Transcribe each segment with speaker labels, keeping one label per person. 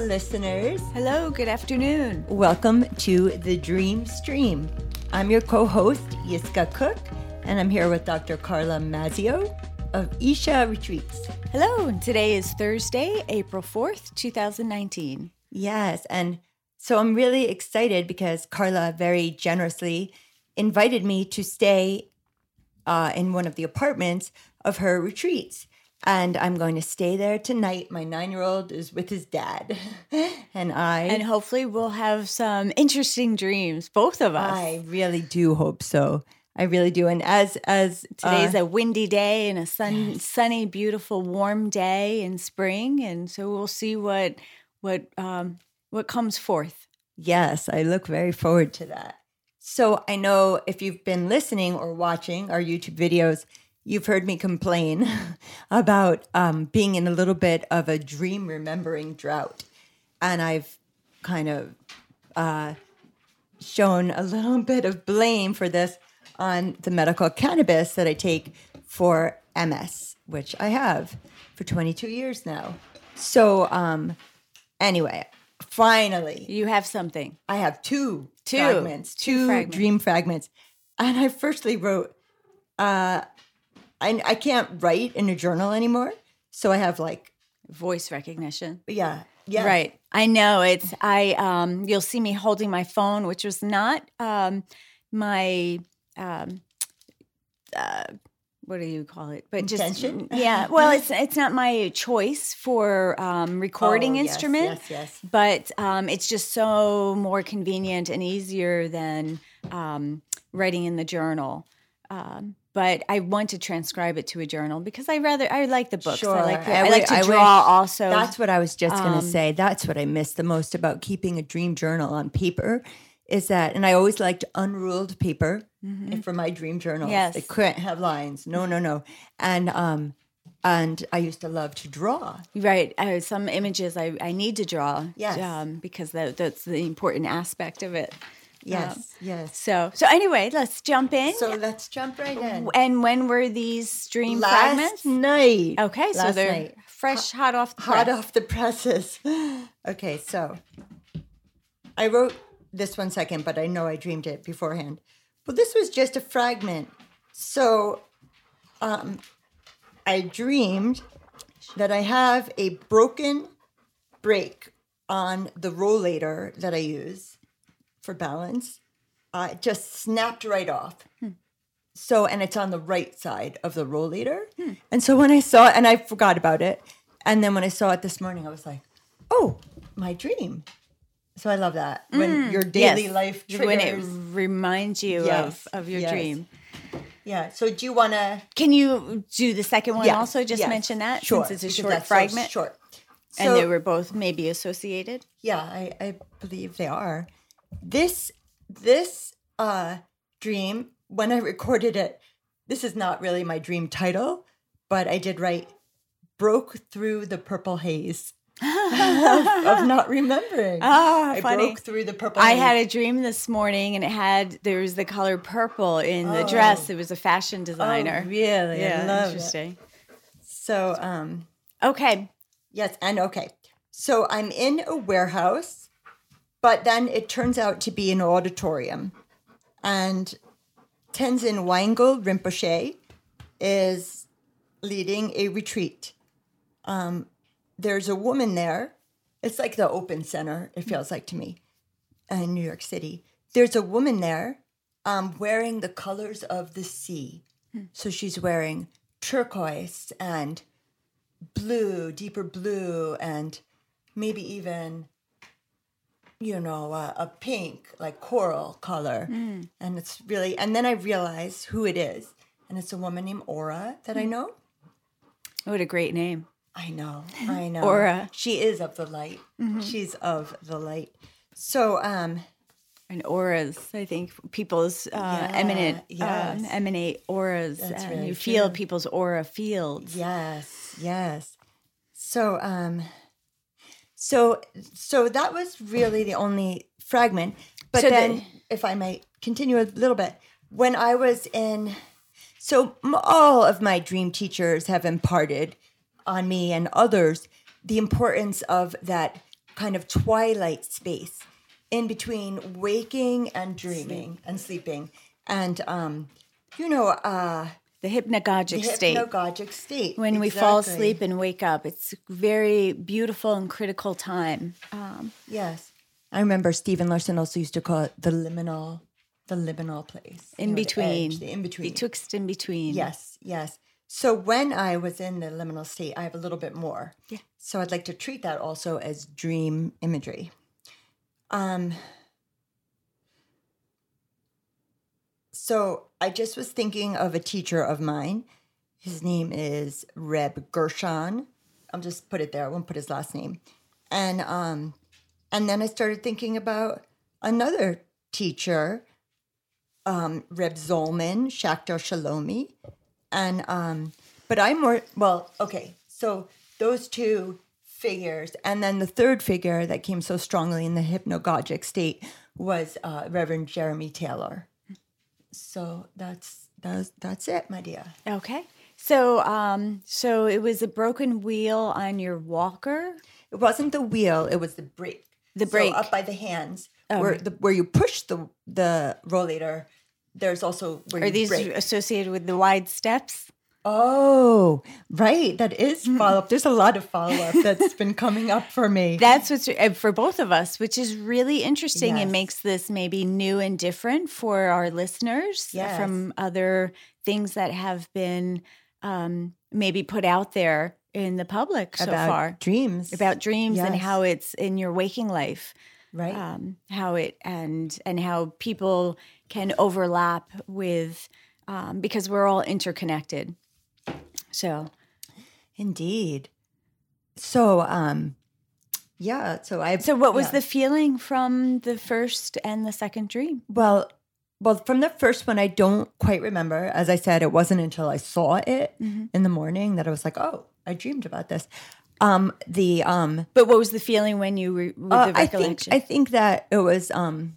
Speaker 1: listeners.
Speaker 2: Hello, good afternoon.
Speaker 1: Welcome to the Dream Stream. I'm your co host, Yiska Cook, and I'm here with Dr. Carla Mazio of Isha Retreats.
Speaker 2: Hello, and today is Thursday, April 4th, 2019.
Speaker 1: Yes, and so I'm really excited because Carla very generously invited me to stay uh, in one of the apartments of her retreats. And I'm going to stay there tonight. My nine year old is with his dad. and I.
Speaker 2: And hopefully, we'll have some interesting dreams, both of us.
Speaker 1: I really do hope so. I really do. And as as
Speaker 2: Today's
Speaker 1: uh,
Speaker 2: a windy day and a sun, sunny, beautiful, warm day in spring, and so we'll see what what um, what comes forth.
Speaker 1: yes, I look very forward to that. So I know if you've been listening or watching our YouTube videos, you've heard me complain about um, being in a little bit of a dream remembering drought, and I've kind of uh, shown a little bit of blame for this on the medical cannabis that I take for MS, which I have for 22 years now. So, um, anyway, finally,
Speaker 2: You have something.
Speaker 1: I have two,
Speaker 2: Two.
Speaker 1: fragments,
Speaker 2: Two
Speaker 1: two,
Speaker 2: fragments.
Speaker 1: dream fragments. And I firstly wrote, uh, I, I can't write in a journal anymore. So I have like,
Speaker 2: Voice recognition.
Speaker 1: yeah, yeah.
Speaker 2: Right. I know it's I um you'll see me holding my phone which was not um my um uh what do you call it? But
Speaker 1: Intention?
Speaker 2: just yeah. Well, it's it's not my choice for um, recording
Speaker 1: Oh, yes,
Speaker 2: instrument,
Speaker 1: yes, yes.
Speaker 2: but um, it's just so more convenient and easier than um, writing in the journal. Um, but I want to transcribe it to a journal because I rather I like the books. I like the, I,
Speaker 1: wi-
Speaker 2: like to
Speaker 1: I wish-
Speaker 2: draw also.
Speaker 1: That's what I was just going
Speaker 2: um,
Speaker 1: to say. That's what I miss the most about keeping a dream journal on paper is that, and I always liked unruled paper for my dream journals.
Speaker 2: Mm-hmm. Yes.
Speaker 1: They couldn't have lines. No, no, no. And, um, and I used to love to draw.
Speaker 2: Right. Uh, some images I, I need to draw.
Speaker 1: Yes.
Speaker 2: Um, because that, that's the important aspect of it. Um,
Speaker 1: Yes, yes.
Speaker 2: So so anyway, let's jump in.
Speaker 1: So let's jump right in.
Speaker 2: and when were these dream
Speaker 1: Last
Speaker 2: fragments?
Speaker 1: night.
Speaker 2: Okay, so
Speaker 1: last
Speaker 2: they're
Speaker 1: night.
Speaker 2: fresh, hot off the
Speaker 1: hot
Speaker 2: press.
Speaker 1: off the presses. Okay, so I wrote this one second, but I know I dreamed it beforehand. Well, this was just a fragment. So um, I dreamed that I have a broken brake on the rollator that I use for balance. Uh, it just snapped right off.
Speaker 2: Hmm.
Speaker 1: So, and it's on the right side of the rollator.
Speaker 2: Hmm.
Speaker 1: And so when I saw it, and I forgot about it. And then when I saw it this morning, I was like, oh, my dream. So I love that. When your daily
Speaker 2: Mm, Yes.
Speaker 1: life triggers.
Speaker 2: When it reminds you
Speaker 1: Yes,
Speaker 2: of, of your
Speaker 1: yes.
Speaker 2: dream.
Speaker 1: yeah. So do you want to
Speaker 2: Can you do the second one
Speaker 1: yes,
Speaker 2: also? Just
Speaker 1: yes,
Speaker 2: mention that
Speaker 1: sure,
Speaker 2: since it's
Speaker 1: because
Speaker 2: a short
Speaker 1: that's so
Speaker 2: fragment.
Speaker 1: short.
Speaker 2: And
Speaker 1: So-
Speaker 2: they were both maybe associated.
Speaker 1: Yeah, I, I believe they are. This this uh dream, when I recorded it, this is not really my dream title, but I did write broke through the purple haze of, of not remembering.
Speaker 2: Ah,
Speaker 1: I
Speaker 2: funny.
Speaker 1: broke through the purple
Speaker 2: I
Speaker 1: haze.
Speaker 2: had a dream this morning, and it had there was the color purple in the dress. It was a fashion designer.
Speaker 1: Oh, really?
Speaker 2: Yeah,
Speaker 1: I love it.
Speaker 2: interesting.
Speaker 1: So um
Speaker 2: Okay,
Speaker 1: Yes, and okay. So I'm in a warehouse, but then it turns out to be an auditorium. And Tenzin Wangyal Rinpoche is leading a retreat. Um, there's a woman there. It's like the open center, it feels like to me, in New York City. There's a woman there um, wearing the colors of the sea. So she's wearing turquoise and blue, deeper blue, and maybe even, you know, a, a pink, like coral color. And it's really, and then I realize who it is. And it's a woman named Aura that I know.
Speaker 2: what a great name.
Speaker 1: I know, I know.
Speaker 2: Aura.
Speaker 1: She is of the light. She's of the light. So, um,
Speaker 2: And auras, I think people's uh, eminent
Speaker 1: yes.
Speaker 2: um, emanate auras,
Speaker 1: That's
Speaker 2: and
Speaker 1: really
Speaker 2: you feel
Speaker 1: true.
Speaker 2: people's aura fields.
Speaker 1: Yes, yes. So um so so that was really the only fragment. But
Speaker 2: So the-
Speaker 1: then if I might continue a little bit, when I was in so m- all of my dream teachers have imparted on me and others the importance of that kind of twilight space in between waking and dreaming and sleeping. And, um, you know, uh,
Speaker 2: the hypnagogic state.
Speaker 1: hypnagogic state.
Speaker 2: when we fall
Speaker 1: Exactly.
Speaker 2: asleep and wake up, it's very beautiful and critical time. Um,
Speaker 1: Yes. I remember Stephen Larson also used to call it the liminal, the liminal place.
Speaker 2: in
Speaker 1: You know, the
Speaker 2: between,
Speaker 1: edge, the in between.
Speaker 2: betwixt and between.
Speaker 1: Yes, yes. So when I was in the liminal state, I have a little bit more.
Speaker 2: Yeah.
Speaker 1: So I'd like to treat that also as dream imagery. Um So I just was thinking of a teacher of mine. His name is Reb Gershon. I'll just put it there. I won't put his last name. And um and then I started thinking about another teacher um, Reb Zolman, Shakhtar Shalomi, and um, but I'm more well. Okay, so those two figures, and then the third figure that came so strongly in the hypnagogic state was uh, Reverend Jeremy Taylor. So that's that's that's it, my dear.
Speaker 2: Okay. So, um, so it was a broken wheel on your walker.
Speaker 1: It wasn't the wheel; it was the brake.
Speaker 2: The
Speaker 1: So
Speaker 2: brake. Oh.
Speaker 1: up by the hands, where the, where you push the the rollator. There's also where
Speaker 2: Are
Speaker 1: you
Speaker 2: these
Speaker 1: brake.
Speaker 2: associated with the wide steps?
Speaker 1: Oh, right. That is
Speaker 2: Mm-hmm.
Speaker 1: follow up. There's a lot of follow up that's been coming up for me.
Speaker 2: That's what's uh, for both of us, which is really interesting
Speaker 1: Yes.
Speaker 2: and makes this maybe new and different for our listeners
Speaker 1: Yes.
Speaker 2: from other things that have been um, maybe put out there in the public so
Speaker 1: about
Speaker 2: far
Speaker 1: dreams.
Speaker 2: about dreams and
Speaker 1: Yes.
Speaker 2: how it's in your waking life,
Speaker 1: right.
Speaker 2: um, how it and and how people can overlap with um, because we're all interconnected. So
Speaker 1: Indeed. So, um, yeah. So I.
Speaker 2: so what was
Speaker 1: yeah.
Speaker 2: the feeling from the first and the second dream?
Speaker 1: Well, well, from the first one, I don't quite remember. As I said, it wasn't until I saw it
Speaker 2: Mm-hmm.
Speaker 1: in the morning that I was like, "Oh, I dreamed about this." Um, the um,
Speaker 2: But what was the feeling when you were with
Speaker 1: Uh,
Speaker 2: the
Speaker 1: I think
Speaker 2: recollection?
Speaker 1: I think that it was. Um,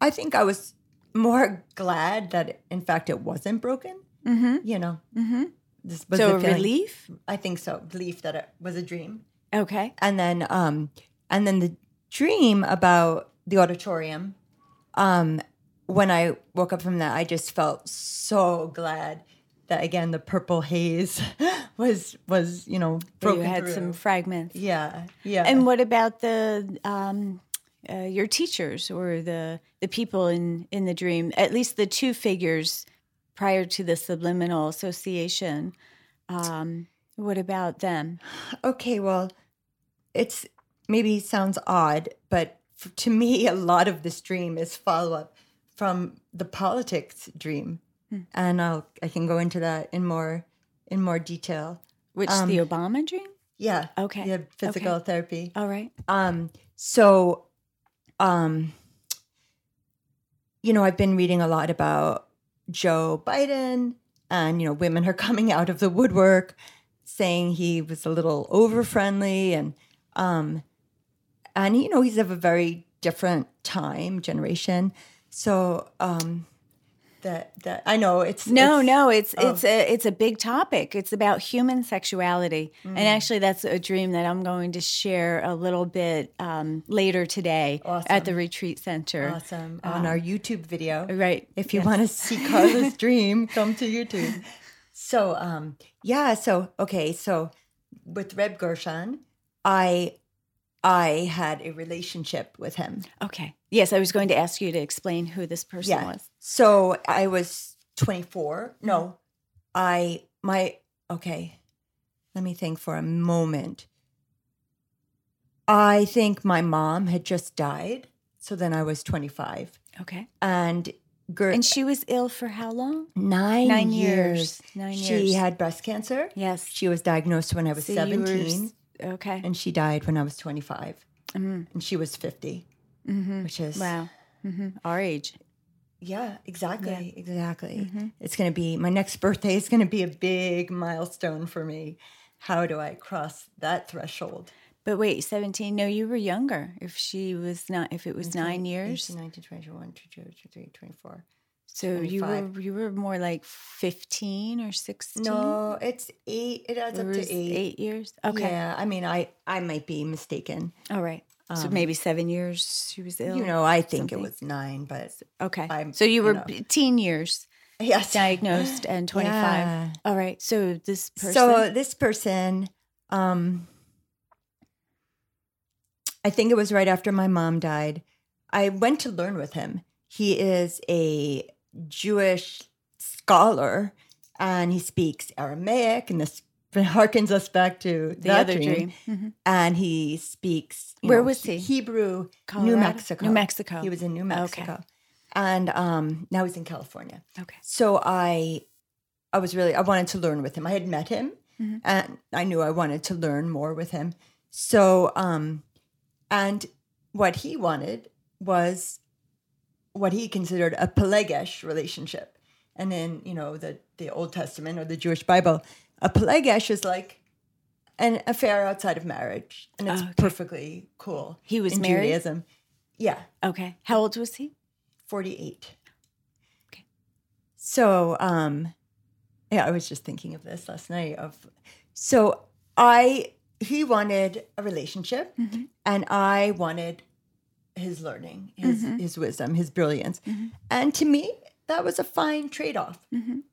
Speaker 1: I think I was more glad that, in fact, it wasn't broken. Mm-hmm. You know, mm-hmm. this was
Speaker 2: so
Speaker 1: the
Speaker 2: a
Speaker 1: feeling.
Speaker 2: relief.
Speaker 1: I think so. Belief that it was a dream,
Speaker 2: Okay.
Speaker 1: and then, um, and then the dream about the auditorium. Um, when I woke up from that, I just felt so glad that again the purple haze was was you know
Speaker 2: Where
Speaker 1: broken
Speaker 2: you had
Speaker 1: through.
Speaker 2: some fragments.
Speaker 1: yeah yeah
Speaker 2: And what about the um, uh, your teachers or the the people in in the dream? At least the two figures prior to the subliminal association. Um, what about them?
Speaker 1: Okay, well, it's maybe sounds odd, but f to me, a lot of this dream is follow up from the politics dream,
Speaker 2: Hmm.
Speaker 1: and I'll I can go into that in more in more detail.
Speaker 2: Which the Obama dream?
Speaker 1: Yeah.
Speaker 2: Okay,
Speaker 1: Um, Yeah, physical therapy.
Speaker 2: All right.
Speaker 1: Um. So, um, you know, I've been reading a lot about Joe Biden, and you know, women are coming out of the woodwork saying he was a little over friendly, and um, and you know, he's of a very different time generation. So, um, that that I know it's
Speaker 2: No,
Speaker 1: it's- oh.
Speaker 2: no, it's it's a it's a big topic. It's about human sexuality, and
Speaker 1: Mm.
Speaker 2: actually, that's a dream that I'm going to share a little bit um, later today at the retreat center.
Speaker 1: awesome on
Speaker 2: Um,
Speaker 1: our YouTube video,
Speaker 2: Right.
Speaker 1: If you want to see Carla's dream, come to YouTube. So, um, yeah, so okay, so with Reb Gershon, I I had a relationship with him.
Speaker 2: Okay. Yes, I was going to ask you to explain who this person
Speaker 1: Yeah.
Speaker 2: was.
Speaker 1: So I was 24. No, I my okay. Let me think for a moment. I think my mom had just died, so then I was 25,
Speaker 2: Okay.
Speaker 1: and Ger-
Speaker 2: And she was ill for how long?
Speaker 1: nine
Speaker 2: Nine years. Nine
Speaker 1: she
Speaker 2: years.
Speaker 1: had breast cancer.
Speaker 2: Yes.
Speaker 1: She was diagnosed when I was
Speaker 2: So you were
Speaker 1: 17,
Speaker 2: s- okay.
Speaker 1: and she died when I was 25, and she was 50, which is
Speaker 2: Mm-hmm. wow. hmm Our age.
Speaker 1: yeah, exactly, exactly.
Speaker 2: Mm-hmm.
Speaker 1: It's going to be my next birthday is going to be a big milestone for me. How do I cross that threshold?
Speaker 2: But wait, 17. No, you were younger. If she was not, if it was nine years.
Speaker 1: 18, 19, 21, 22, 23, 24.
Speaker 2: So you
Speaker 1: Twenty-five.
Speaker 2: were you were more like fifteen or sixteen.
Speaker 1: No, it's eight. It adds
Speaker 2: It
Speaker 1: up to
Speaker 2: was
Speaker 1: eight.
Speaker 2: eight years. Okay,
Speaker 1: Yeah, I mean, I I might be mistaken.
Speaker 2: all right. so
Speaker 1: Um,
Speaker 2: maybe seven years she was ill.
Speaker 1: You know, I think
Speaker 2: something.
Speaker 1: it was nine, but
Speaker 2: okay.
Speaker 1: I'm-
Speaker 2: so you
Speaker 1: you
Speaker 2: were
Speaker 1: know.
Speaker 2: b- teen years
Speaker 1: yes,
Speaker 2: diagnosed and twenty five.
Speaker 1: Yeah.
Speaker 2: All right. So this person.
Speaker 1: So this person, um, I think it was right after my mom died. I went to learn with him. He is a Jewish scholar, and he speaks Aramaic, and this harkens us back to
Speaker 2: the other dream. Mhm.
Speaker 1: And he speaks. you
Speaker 2: Where
Speaker 1: know,
Speaker 2: was he? Oh,
Speaker 1: Hebrew,
Speaker 2: Colorado?
Speaker 1: New Mexico.
Speaker 2: New Mexico.
Speaker 1: He was in New Mexico, and um, now he's in California.
Speaker 2: okay.
Speaker 1: So I, I was really I wanted to learn with him. I had met him,
Speaker 2: Mhm.
Speaker 1: and I knew I wanted to learn more with him. So, um, and what he wanted was what he considered a pelegesh relationship, and in you know the the Old Testament or the Jewish Bible, a pelegesh is like an affair outside of marriage, and it's
Speaker 2: Oh, okay.
Speaker 1: perfectly cool.
Speaker 2: He was
Speaker 1: in
Speaker 2: married?
Speaker 1: Judaism. Yeah.
Speaker 2: Okay. How old was he?
Speaker 1: 48.
Speaker 2: Okay.
Speaker 1: So, um, yeah, I was just thinking of this last night. Of so I he wanted a relationship, and I wanted his learning, his his wisdom, his brilliance, and to me that was a fine trade off,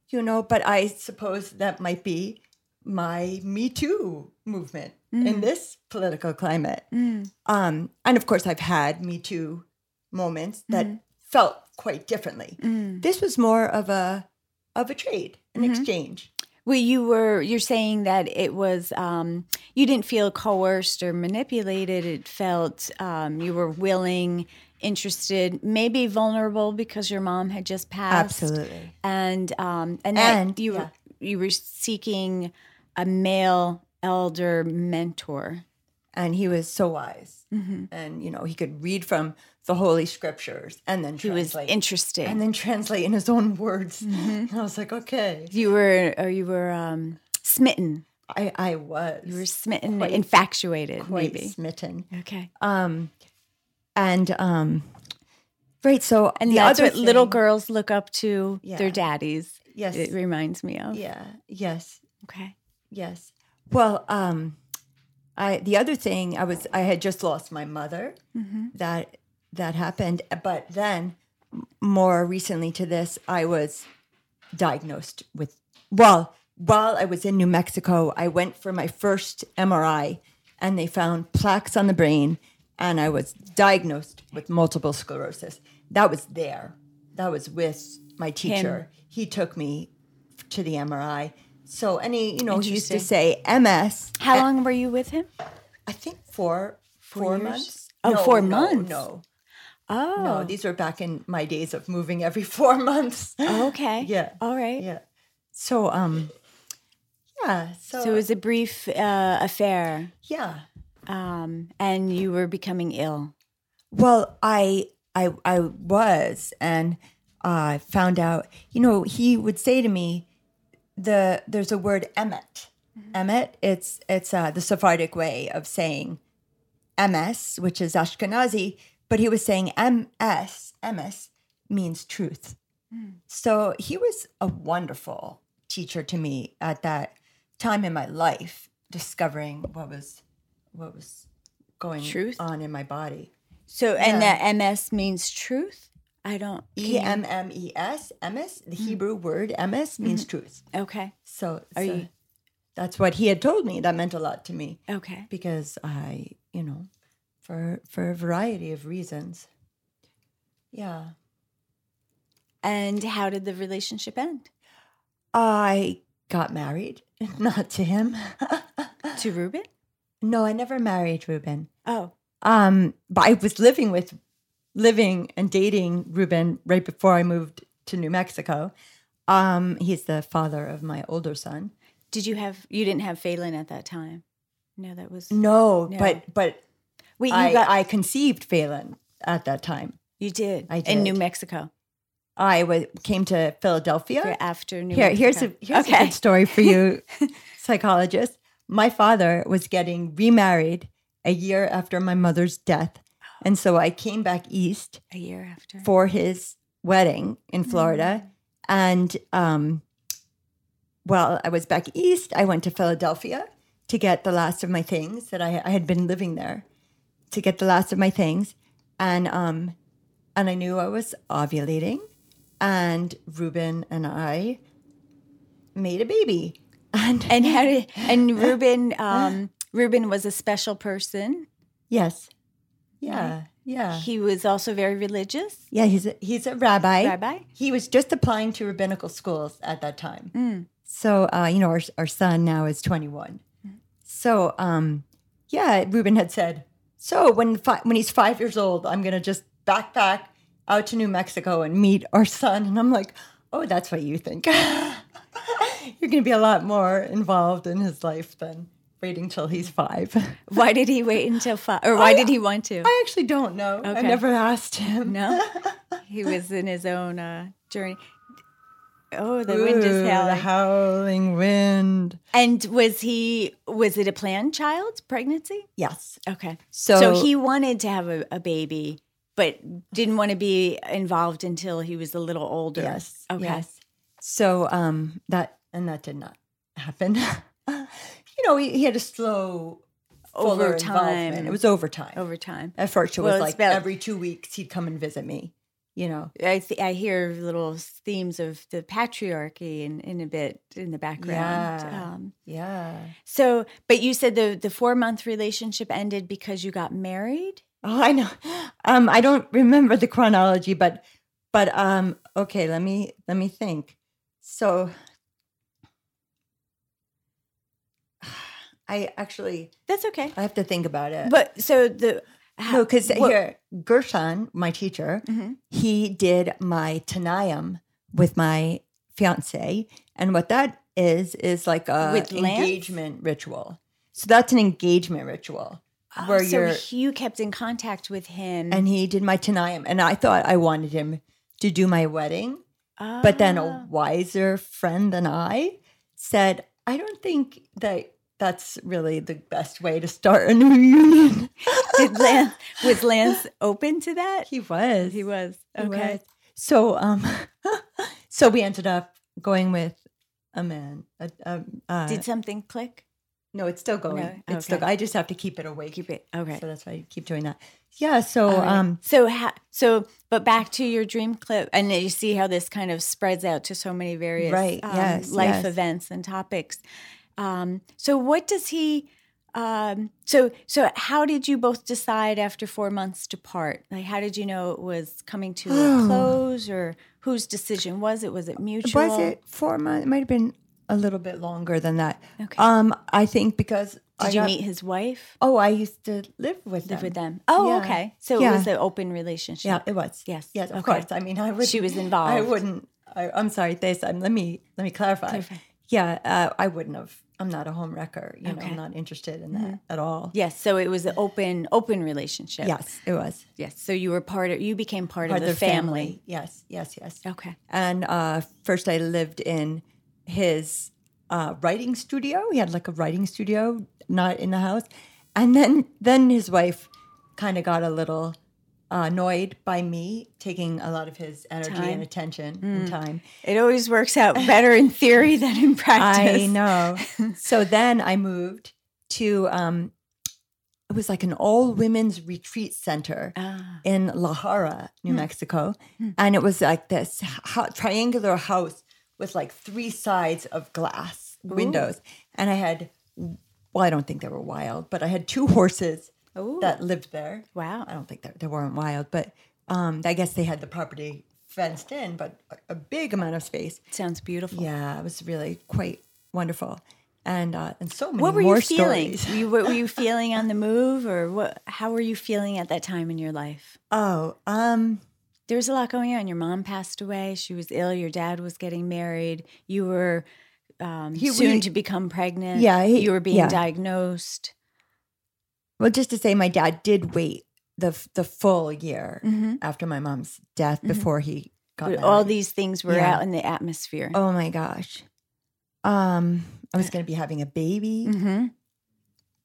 Speaker 1: you know. But I suppose that might be my Me Too movement in this political climate. Um, and of course, I've had Me Too moments that
Speaker 2: Mm-hmm.
Speaker 1: felt quite differently.
Speaker 2: Mm.
Speaker 1: This was more of a of a trade, an
Speaker 2: Mm-hmm.
Speaker 1: exchange.
Speaker 2: Well, you were you're saying that it was um, you didn't feel coerced or manipulated. It felt um, you were willing, interested, maybe vulnerable because your mom had just passed.
Speaker 1: Absolutely.
Speaker 2: and um, and, that
Speaker 1: And,
Speaker 2: you were
Speaker 1: yeah.
Speaker 2: you were seeking a male elder mentor.
Speaker 1: And he was so wise,
Speaker 2: Mm-hmm.
Speaker 1: and you know he could read from the holy scriptures and then
Speaker 2: He was
Speaker 1: translate,
Speaker 2: interested.
Speaker 1: and then translate in his own words.
Speaker 2: Mm-hmm.
Speaker 1: And I was like, okay,
Speaker 2: you were or you were um, smitten.
Speaker 1: I I was
Speaker 2: You were smitten,
Speaker 1: Quite-
Speaker 2: infatuated,
Speaker 1: quite
Speaker 2: maybe.
Speaker 1: smitten.
Speaker 2: Okay.
Speaker 1: Um, and um, right. So
Speaker 2: And that's
Speaker 1: other
Speaker 2: what little
Speaker 1: thing-
Speaker 2: girls look up to
Speaker 1: Yeah.
Speaker 2: their daddies.
Speaker 1: Yes.
Speaker 2: It reminds me of.
Speaker 1: Yeah. Yes.
Speaker 2: Okay.
Speaker 1: Yes. Well, um, I the other thing I was I had just lost my mother. That that happened, but then m- more recently to this, I was diagnosed with. Well, while I was in New Mexico, I went for my first MRI, and they found plaques on the brain, and I was diagnosed with multiple sclerosis. That was there. That was with my teacher. He took me to the MRI. So any, you know, he used to say MS.
Speaker 2: How long were you with him?
Speaker 1: I think four four
Speaker 2: years?
Speaker 1: months.
Speaker 2: Oh,
Speaker 1: No,
Speaker 2: four
Speaker 1: no,
Speaker 2: months.
Speaker 1: No, no,
Speaker 2: Oh.
Speaker 1: these were back in my days of moving every four months.
Speaker 2: okay.
Speaker 1: Yeah.
Speaker 2: All right.
Speaker 1: yeah. So um, yeah. So,
Speaker 2: So it was a brief uh, affair,
Speaker 1: yeah.
Speaker 2: um, and you were becoming ill.
Speaker 1: Well, I I I was and I found out. You know, he would say to me, "The there's a word emet, emet. It's it's uh, the Sephardic way of saying MS, which is Ashkenazi, but he was saying MS, MS means truth. So he was a wonderful teacher to me at that time in my life, discovering what was what was going
Speaker 2: Truth?
Speaker 1: on in my body.
Speaker 2: So and
Speaker 1: Yeah.
Speaker 2: that MS means truth. I don't. can
Speaker 1: E M M E S, MS, the Hebrew word MS means truth.
Speaker 2: you- Okay.
Speaker 1: So,
Speaker 2: Mm-hmm. Are
Speaker 1: so
Speaker 2: you-
Speaker 1: that's what he had told me. That meant a lot to me
Speaker 2: Okay.
Speaker 1: because I, you know, for for a variety of reasons. Yeah.
Speaker 2: And how did the relationship end?
Speaker 1: I got married, not to him.
Speaker 2: To Ruben?
Speaker 1: no, I never married Ruben.
Speaker 2: Oh.
Speaker 1: Um, but I was living with, living and dating Ruben right before I moved to New Mexico. Um, he's the father of my older son.
Speaker 2: Did you have? You didn't have Phelan at that time. No, that was.
Speaker 1: No,
Speaker 2: No.
Speaker 1: but but
Speaker 2: Wait, you
Speaker 1: Mm, I,
Speaker 2: got.
Speaker 1: I conceived Phelan at that time.
Speaker 2: you did.
Speaker 1: I
Speaker 2: in New
Speaker 1: did.
Speaker 2: Mexico.
Speaker 1: I wa came to
Speaker 2: You're
Speaker 1: Philadelphia.
Speaker 2: after New
Speaker 1: Here,
Speaker 2: Mexico.
Speaker 1: here's a here's a
Speaker 2: okay.
Speaker 1: good story for you, psychologist. My father was getting remarried a year after my mother's death, and so I came back east
Speaker 2: A year after.
Speaker 1: for his wedding in Florida. And um, while I was back east, I went to Philadelphia to get the last of my things that I, I had been living there to get the last of my things. And, um, and I knew I was ovulating. And Ruben and I made a baby. And,
Speaker 2: And how did and Ruben um Ruben was a special person.
Speaker 1: yes. Yeah. Yeah.
Speaker 2: He was also very religious.
Speaker 1: Yeah, he's a, he's a rabbi.
Speaker 2: Rabbi?
Speaker 1: He was just applying to rabbinical schools at that time.
Speaker 2: Mm.
Speaker 1: So uh, you know, our our son now is twenty one. So um, yeah, Ruben had said, so when fi- when he's five years old, I'm gonna just backpack out to New Mexico and meet our son. And I'm like, oh, that's what you think. You're gonna be a lot more involved in his life than waiting till he's five.
Speaker 2: Why did he wait until five? Or why did he want to?
Speaker 1: I actually don't know. I
Speaker 2: Okay.
Speaker 1: never asked him.
Speaker 2: No, he was in his own uh, journey. Oh, the wind is
Speaker 1: Ooh, The
Speaker 2: howling.
Speaker 1: howling wind.
Speaker 2: And was he? Was it a planned child pregnancy?
Speaker 1: Yes.
Speaker 2: Okay,
Speaker 1: So-
Speaker 2: he wanted to have a, a baby, but didn't want to be involved until he was a little older.
Speaker 1: Yes.
Speaker 2: Okay.
Speaker 1: Yes. So um that and that did not happen. you know, he, he had a slow fuller
Speaker 2: Over time.
Speaker 1: involvement. It was over time.
Speaker 2: Over time,
Speaker 1: At first, it
Speaker 2: Oh. Well,
Speaker 1: was
Speaker 2: it's
Speaker 1: like
Speaker 2: about-
Speaker 1: every two weeks he'd come and visit me. You know.
Speaker 2: I th- I hear little themes of the patriarchy in, in a bit in the background.
Speaker 1: Yeah.
Speaker 2: Um,
Speaker 1: Yeah.
Speaker 2: so, but you said the the four month relationship ended because you got married.
Speaker 1: Oh, I know. Um, I don't remember the chronology, but but um, okay. Let me let me think. So, I actually
Speaker 2: That's okay.
Speaker 1: I have to think about it.
Speaker 2: But so the how,
Speaker 1: Uh, no, because
Speaker 2: what-
Speaker 1: here Gershon, my teacher,
Speaker 2: Mhm.
Speaker 1: he did my tanayam with my fiance, and what that is is like a
Speaker 2: With lamps?
Speaker 1: engagement ritual. So that's an engagement ritual
Speaker 2: Oh,
Speaker 1: where
Speaker 2: so
Speaker 1: you're
Speaker 2: you kept in contact with him,
Speaker 1: and he did my tanayam and i thought i wanted him to do my wedding but then a
Speaker 2: Ah.
Speaker 1: wiser friend than i said i don't think that that's really the best way to start a new union
Speaker 2: did Lance was Lance open to that?
Speaker 1: he was
Speaker 2: He was
Speaker 1: He
Speaker 2: okay.
Speaker 1: was. so um so we ended up going with a man a, a, uh,
Speaker 2: Did something click?
Speaker 1: no it's still going
Speaker 2: No,
Speaker 1: it's still
Speaker 2: um, okay.
Speaker 1: i just have to keep it awake
Speaker 2: Keep it okay.
Speaker 1: so that's why i keep doing that yeah so
Speaker 2: All right.
Speaker 1: um
Speaker 2: so ha- so but back to your dream clip, and you see how this kind of spreads out to so many various
Speaker 1: Right,
Speaker 2: um,
Speaker 1: yes,
Speaker 2: life
Speaker 1: yes.
Speaker 2: events and topics. Um, so what does he? Um, so so how did you both decide after four months to part? Like how did you know it was coming to a close, or whose decision was it? Was it mutual?
Speaker 1: Was it four months? It might have been a little bit longer than that.
Speaker 2: Okay.
Speaker 1: Um, I think because
Speaker 2: Did
Speaker 1: I
Speaker 2: you
Speaker 1: got-
Speaker 2: meet his wife?
Speaker 1: Oh, I used to live with
Speaker 2: Live
Speaker 1: them.
Speaker 2: with them. Oh,
Speaker 1: Yeah.
Speaker 2: okay. So
Speaker 1: Yeah.
Speaker 2: it was an open relationship.
Speaker 1: Yeah, it was.
Speaker 2: Yes.
Speaker 1: Yes, of
Speaker 2: Okay.
Speaker 1: course. I mean, I would.
Speaker 2: She was
Speaker 1: I
Speaker 2: involved.
Speaker 1: wouldn't. I, I'm sorry, Thais. I'm, let me let me clarify.
Speaker 2: Clarify.
Speaker 1: Yeah, uh, I wouldn't have. I'm not a home wrecker. You know,
Speaker 2: Okay. Mm-hmm.
Speaker 1: I'm not interested in that at all.
Speaker 2: Yes. So it was an open open relationship.
Speaker 1: Yes, it was
Speaker 2: Yes. So you were part of you became part,
Speaker 1: part
Speaker 2: of the family.
Speaker 1: Yes, yes, yes.
Speaker 2: Okay.
Speaker 1: And uh, first, I lived in his uh, writing studio. He had like a writing studio, not in the house. And then, then his wife kind of got a little uh, annoyed by me taking a lot of his energy
Speaker 2: Time. Mm.
Speaker 1: and attention and time.
Speaker 2: It always works out better in theory than in practice.
Speaker 1: I know. so then I moved to um, it was like an all women's retreat center
Speaker 2: Ah. Hmm.
Speaker 1: in La Jara, New Mexico, and it was like this ho- triangular house with like three sides of glass windows, and I had well, I don't think they were wild, but I had two horses
Speaker 2: Ooh.
Speaker 1: that lived there.
Speaker 2: Wow.
Speaker 1: I don't think they, they weren't wild, but um, I guess they had the property fenced in, but a- a big amount of space.
Speaker 2: Sounds beautiful.
Speaker 1: Yeah, it was really quite wonderful, and uh, and so many
Speaker 2: What were
Speaker 1: more
Speaker 2: you feeling?
Speaker 1: stories.
Speaker 2: You, what were you feeling on the move, or what? How were you feeling at that time in your life?
Speaker 1: Oh, um,
Speaker 2: There was a lot going on. Your mom passed away. She was ill. Your dad was getting married. You were um,
Speaker 1: He-
Speaker 2: soon
Speaker 1: we-
Speaker 2: to become pregnant.
Speaker 1: Yeah, he-
Speaker 2: you were being
Speaker 1: yeah.
Speaker 2: diagnosed.
Speaker 1: well, just to say, my dad did wait the f- the full year
Speaker 2: Mhm.
Speaker 1: after my mom's death before he got married.
Speaker 2: Mm-hmm. All these things were
Speaker 1: Yeah.
Speaker 2: out in the atmosphere.
Speaker 1: oh my gosh, um, I was going to be having a baby.
Speaker 2: hmm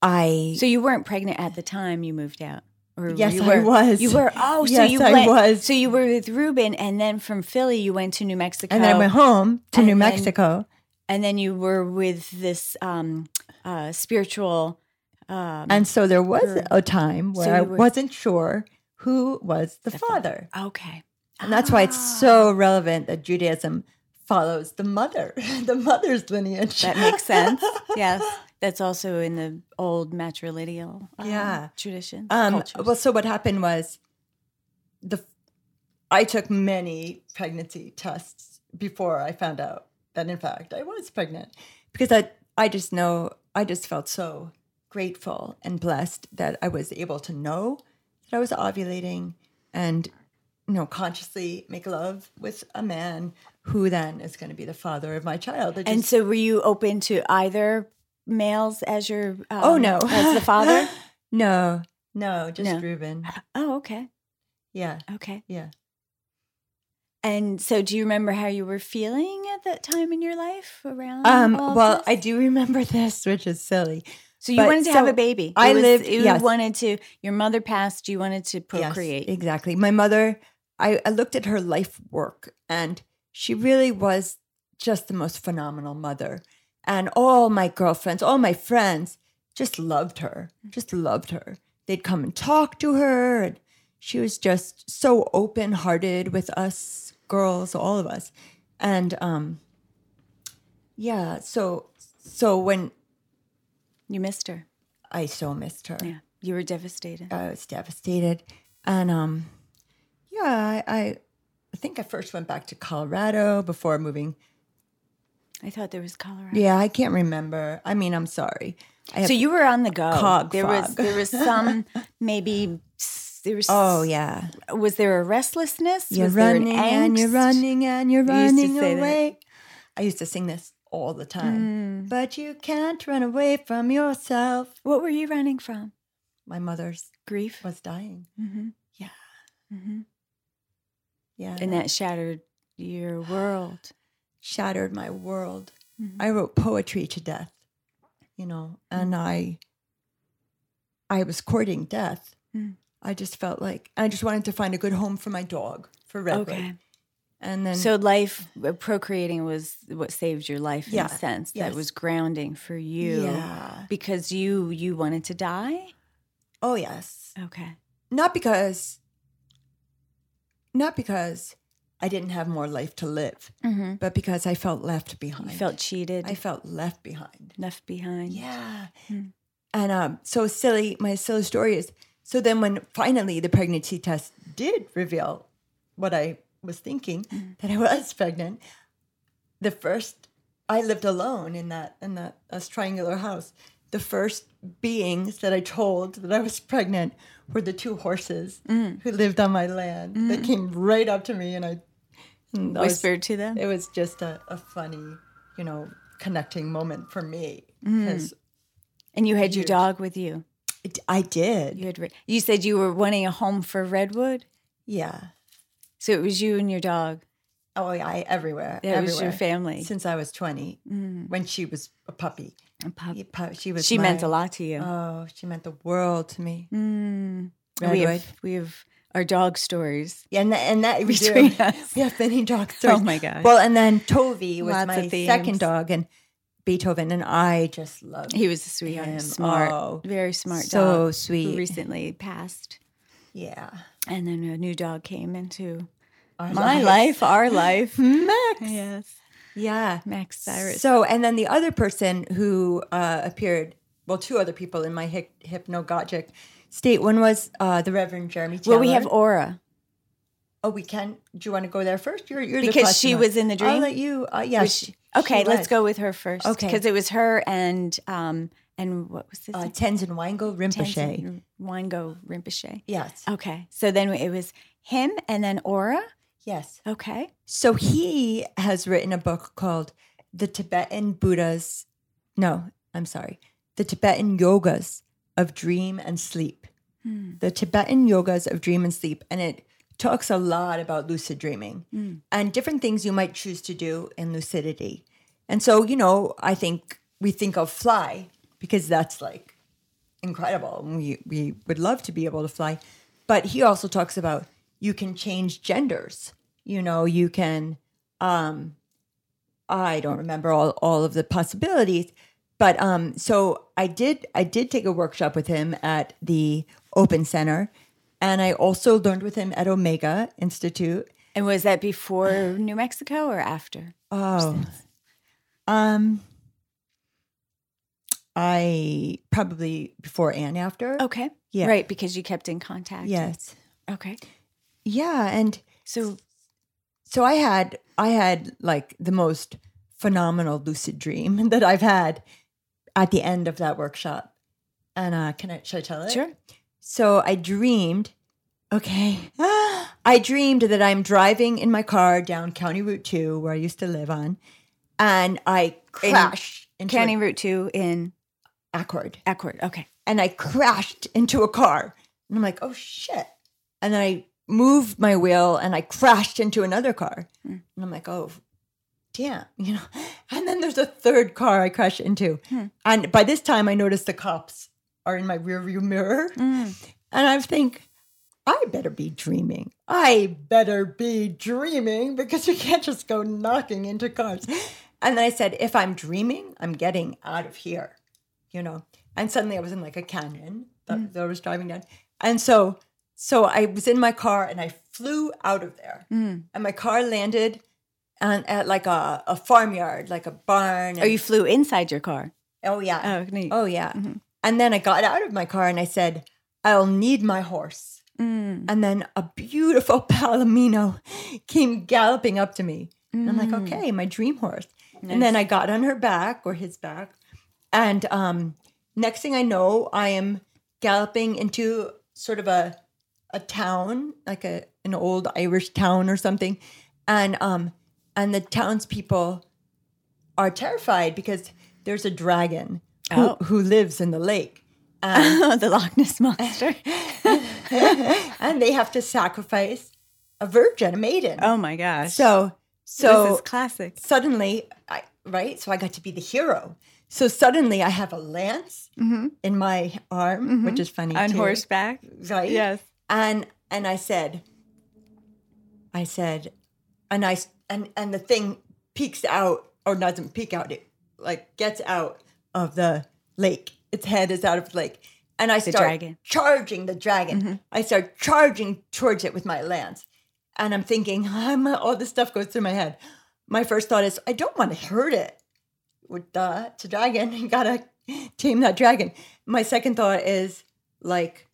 Speaker 1: I
Speaker 2: So you weren't pregnant at the time you moved out, Or
Speaker 1: Yes,
Speaker 2: you
Speaker 1: I
Speaker 2: were,
Speaker 1: was.
Speaker 2: You were. Oh, so
Speaker 1: Yes,
Speaker 2: you
Speaker 1: I
Speaker 2: went.
Speaker 1: was.
Speaker 2: So you were with Ruben, and then from Philly you went to New Mexico,
Speaker 1: And then I went home to
Speaker 2: And
Speaker 1: New
Speaker 2: then-
Speaker 1: Mexico.
Speaker 2: and then you were with this um, uh, spiritual. Um,
Speaker 1: And so there was
Speaker 2: Sure.
Speaker 1: a time where
Speaker 2: So
Speaker 1: I
Speaker 2: you were-
Speaker 1: wasn't sure who was the father.
Speaker 2: okay,
Speaker 1: And that's why it's
Speaker 2: Ah.
Speaker 1: so relevant that Judaism follows the mother, the mother's lineage.
Speaker 2: That makes sense. yes, that's also in the old matrilineal uh,
Speaker 1: Yeah.
Speaker 2: tradition.
Speaker 1: Um,
Speaker 2: cultures.
Speaker 1: well, so what happened was the I took many pregnancy tests before I found out that in fact I was pregnant because I I just know I just felt so grateful and blessed that I was able to know that I was ovulating and you know consciously make love with a man who then is going to be the father of my child. I
Speaker 2: and
Speaker 1: just-
Speaker 2: so were you open to either males as your? Um,
Speaker 1: oh no,
Speaker 2: as the father.
Speaker 1: no, no, just
Speaker 2: No.
Speaker 1: Reuben.
Speaker 2: Oh, okay,
Speaker 1: Yeah,
Speaker 2: okay.
Speaker 1: yeah.
Speaker 2: And so, do you remember how you were feeling at that time in your life around?
Speaker 1: Um,
Speaker 2: all of
Speaker 1: well,
Speaker 2: this?
Speaker 1: I do remember this, which is silly.
Speaker 2: so you
Speaker 1: but
Speaker 2: wanted to have
Speaker 1: so
Speaker 2: a baby.
Speaker 1: I
Speaker 2: It was-
Speaker 1: lived-
Speaker 2: You
Speaker 1: yes.
Speaker 2: wanted to. Your mother passed. You wanted to
Speaker 1: Yes,
Speaker 2: procreate.
Speaker 1: exactly. My mother, I, I looked at her life work, and she really was just the most phenomenal mother. And all my girlfriends, all my friends just loved her, just loved her. They'd come and talk to her, and she was just so open hearted with us girls, all of us. And um, yeah, so so when
Speaker 2: you missed her.
Speaker 1: I so missed her.
Speaker 2: Yeah, you were devastated.
Speaker 1: I was uh, devastated. And um, yeah, I, I I think I first went back to Colorado before moving.
Speaker 2: I thought there was Colorado.
Speaker 1: Yeah, I can't remember. I mean, I'm sorry. I have,
Speaker 2: So you were on the go.
Speaker 1: Cog
Speaker 2: there
Speaker 1: fog.
Speaker 2: was there was some maybe s- there was
Speaker 1: oh, yeah.
Speaker 2: was there a restlessness?
Speaker 1: You're
Speaker 2: was
Speaker 1: running
Speaker 2: there an angst?
Speaker 1: and you're running and you're
Speaker 2: You used to
Speaker 1: running
Speaker 2: say that.
Speaker 1: away. Mm. I used to sing this all the time. But you can't run away from yourself.
Speaker 2: What were you running from?
Speaker 1: My mother's
Speaker 2: Grief.
Speaker 1: was dying.
Speaker 2: Mm-hmm.
Speaker 1: Yeah.
Speaker 2: hmm
Speaker 1: Yeah.
Speaker 2: And that shattered your world.
Speaker 1: shattered my world.
Speaker 2: Mhm.
Speaker 1: I wrote poetry to death, you know, and
Speaker 2: Mm.
Speaker 1: I I was courting death.
Speaker 2: Mm.
Speaker 1: I just felt like I just wanted to find a good home for my dog for Redwood.
Speaker 2: Okay.
Speaker 1: And then
Speaker 2: So life uh, procreating was what saved your life in
Speaker 1: Yeah,
Speaker 2: a sense.
Speaker 1: yes.
Speaker 2: That was grounding for you.
Speaker 1: yeah.
Speaker 2: Because you you wanted to die?
Speaker 1: Oh yes.
Speaker 2: Okay.
Speaker 1: Not because not because I didn't have more life to live,
Speaker 2: Mm-hmm.
Speaker 1: but because I felt left behind.
Speaker 2: You felt cheated,
Speaker 1: I felt left behind.
Speaker 2: left behind.
Speaker 1: Yeah.
Speaker 2: Hmm.
Speaker 1: And um, so silly, my silly story is so then when finally the pregnancy test did reveal what I was thinking
Speaker 2: Hmm.
Speaker 1: that I was pregnant, the first I lived alone in that in that us triangular house. The first beings that I told that I was pregnant were the two horses
Speaker 2: Mm.
Speaker 1: who lived on my land. They came right up to me and I and I was-
Speaker 2: Whispered to them.
Speaker 1: it was just a, a funny, you know, connecting moment for me
Speaker 2: Mm.
Speaker 1: because
Speaker 2: and you had your dog with you.
Speaker 1: I did.
Speaker 2: You had re- you said you were wanting a home for redwood.
Speaker 1: Yeah.
Speaker 2: So it was you and your dog.
Speaker 1: Oh, yeah, I, everywhere.
Speaker 2: That was your
Speaker 1: everywhere.
Speaker 2: family. Mm.
Speaker 1: Since I was 20, when she was a puppy.
Speaker 2: A pup.
Speaker 1: Yeah, pu- She was
Speaker 2: She meant
Speaker 1: my-
Speaker 2: a lot to you.
Speaker 1: Oh, she meant the world to me.
Speaker 2: Mm. We
Speaker 1: Redwood.
Speaker 2: have we have our dog stories.
Speaker 1: Yeah, and that, and that we do.
Speaker 2: Between us.
Speaker 1: We have many dog stories.
Speaker 2: Oh my gosh.
Speaker 1: Well, and then Tovi was
Speaker 2: Lots of
Speaker 1: my
Speaker 2: themes.
Speaker 1: second dog, and Beethoven, and I just loved
Speaker 2: he was a sweetheart,
Speaker 1: him.
Speaker 2: smart,
Speaker 1: Oh,
Speaker 2: very smart
Speaker 1: so
Speaker 2: dog.
Speaker 1: sweet.
Speaker 2: Who recently passed,
Speaker 1: Yeah.
Speaker 2: and then a new dog came into
Speaker 1: Our
Speaker 2: my
Speaker 1: lives.
Speaker 2: life, our life.
Speaker 1: Max.
Speaker 2: yes,
Speaker 1: Yeah.
Speaker 2: Max Cyrus.
Speaker 1: So, and then the other person who uh, appeared, well, two other people in my hy- hypnagogic state. One was uh, the Reverend Jeremy Taylor.
Speaker 2: well, we have Aura.
Speaker 1: Oh, we can. Do you want to go there first? You're, you're the
Speaker 2: Because she
Speaker 1: questioner.
Speaker 2: was in the
Speaker 1: I'll
Speaker 2: dream?
Speaker 1: let you. Uh, yeah.
Speaker 2: Was
Speaker 1: she-
Speaker 2: Oh, she- okay,
Speaker 1: she was.
Speaker 2: let's go with her first.
Speaker 1: Okay.
Speaker 2: because it was her and um and what was this?
Speaker 1: Uh, Tenzin Wango Rinpoche.
Speaker 2: Wango Rinpoche.
Speaker 1: Yes.
Speaker 2: Okay, so then it was him and then Aura.
Speaker 1: Yes.
Speaker 2: Okay,
Speaker 1: So he has written a book called The Tibetan Buddhas. No, I'm sorry. The Tibetan Yogas of Dream and Sleep. The Tibetan Yogas of Dream and Sleep. And it talks a lot about lucid dreaming and different things you might choose to do in lucidity. And so, you know, I think we think of fly because that's like incredible. and We we would love to be able to fly, but he also talks about you can change genders. You know, you can. Um, I don't remember all all of the possibilities, but um, so I did I did take a workshop with him at the Open Center, and I also learned with him at Omega Institute.
Speaker 2: And was that before New Mexico or after?
Speaker 1: Oh, um, I probably before and after.
Speaker 2: Okay.
Speaker 1: Yeah.
Speaker 2: Right, because you kept in contact.
Speaker 1: Yes.
Speaker 2: Okay.
Speaker 1: Yeah, and
Speaker 2: So
Speaker 1: so I had I had like the most phenomenal lucid dream that I've had at the end of that workshop. And uh, can I should I tell it?
Speaker 2: sure.
Speaker 1: So I dreamed. Okay, I dreamed that I'm driving in my car down County Route Two, where I used to live on, and I crash into
Speaker 2: County
Speaker 1: an
Speaker 2: Route two in
Speaker 1: Accord.
Speaker 2: Eckerd. Okay.
Speaker 1: and I crashed into a car. And I'm like, oh shit. And then I moved my wheel and I crashed into another car. And I'm like, oh damn, you know. And then there's a third car I crashed into. And by this time I noticed the cops are in my rearview mirror.
Speaker 2: Mm.
Speaker 1: And I think, I better be dreaming. I better be dreaming because you can't just go knocking into cars. And then I said, if I'm dreaming, I'm getting out of here, you know. And suddenly I was in like a canyon that, that I was driving down. And so, so I was in my car and I flew out of there. And my car landed on, at like a, a farmyard, like a barn.
Speaker 2: Oh,
Speaker 1: and-
Speaker 2: you flew inside your car.
Speaker 1: oh yeah.
Speaker 2: Oh, neat.
Speaker 1: Oh yeah. And then I got out of my car and I said, I'll need my horse. And then a beautiful palomino came galloping up to me. And I'm like, okay, my dream horse. And then I got on her back or his back. And um, next thing I know, I am galloping into sort of a a town, like a an old Irish town or something. And um and the townspeople are terrified because there's a dragon
Speaker 2: Oh.
Speaker 1: who, who lives in the lake. Uh-huh.
Speaker 2: the Loch Ness monster.
Speaker 1: and they have to sacrifice a virgin, a maiden.
Speaker 2: oh my gosh.
Speaker 1: So
Speaker 2: this
Speaker 1: so
Speaker 2: is classic.
Speaker 1: suddenly I right, so I got to be the hero. So suddenly I have a lance
Speaker 2: Mm-hmm.
Speaker 1: in my arm, which is funny.
Speaker 2: On
Speaker 1: too.
Speaker 2: horseback.
Speaker 1: right?
Speaker 2: Yes.
Speaker 1: And and I said, I said, and I s- and and the thing peeks out or doesn't peek out. It like gets out of the lake. Its head is out of the lake, and I start
Speaker 2: dragon. Mm-hmm.
Speaker 1: charging the dragon. I start charging towards it with my lance, and I'm thinking, I'm, all this stuff goes through my head. My first thought is, I don't want to hurt it with the it's a dragon. You gotta tame that dragon. My second thought is like,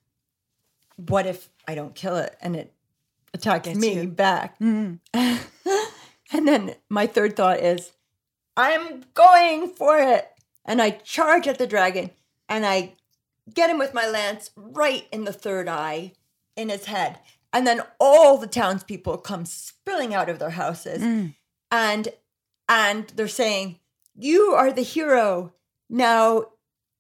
Speaker 1: what if I don't kill it and it attacks me back? and then my third thought is, I'm going for it. And I charge at the dragon and I get him with my lance right in the third eye in his head. And then all the townspeople come spilling out of their houses and and they're saying, You are the hero. Now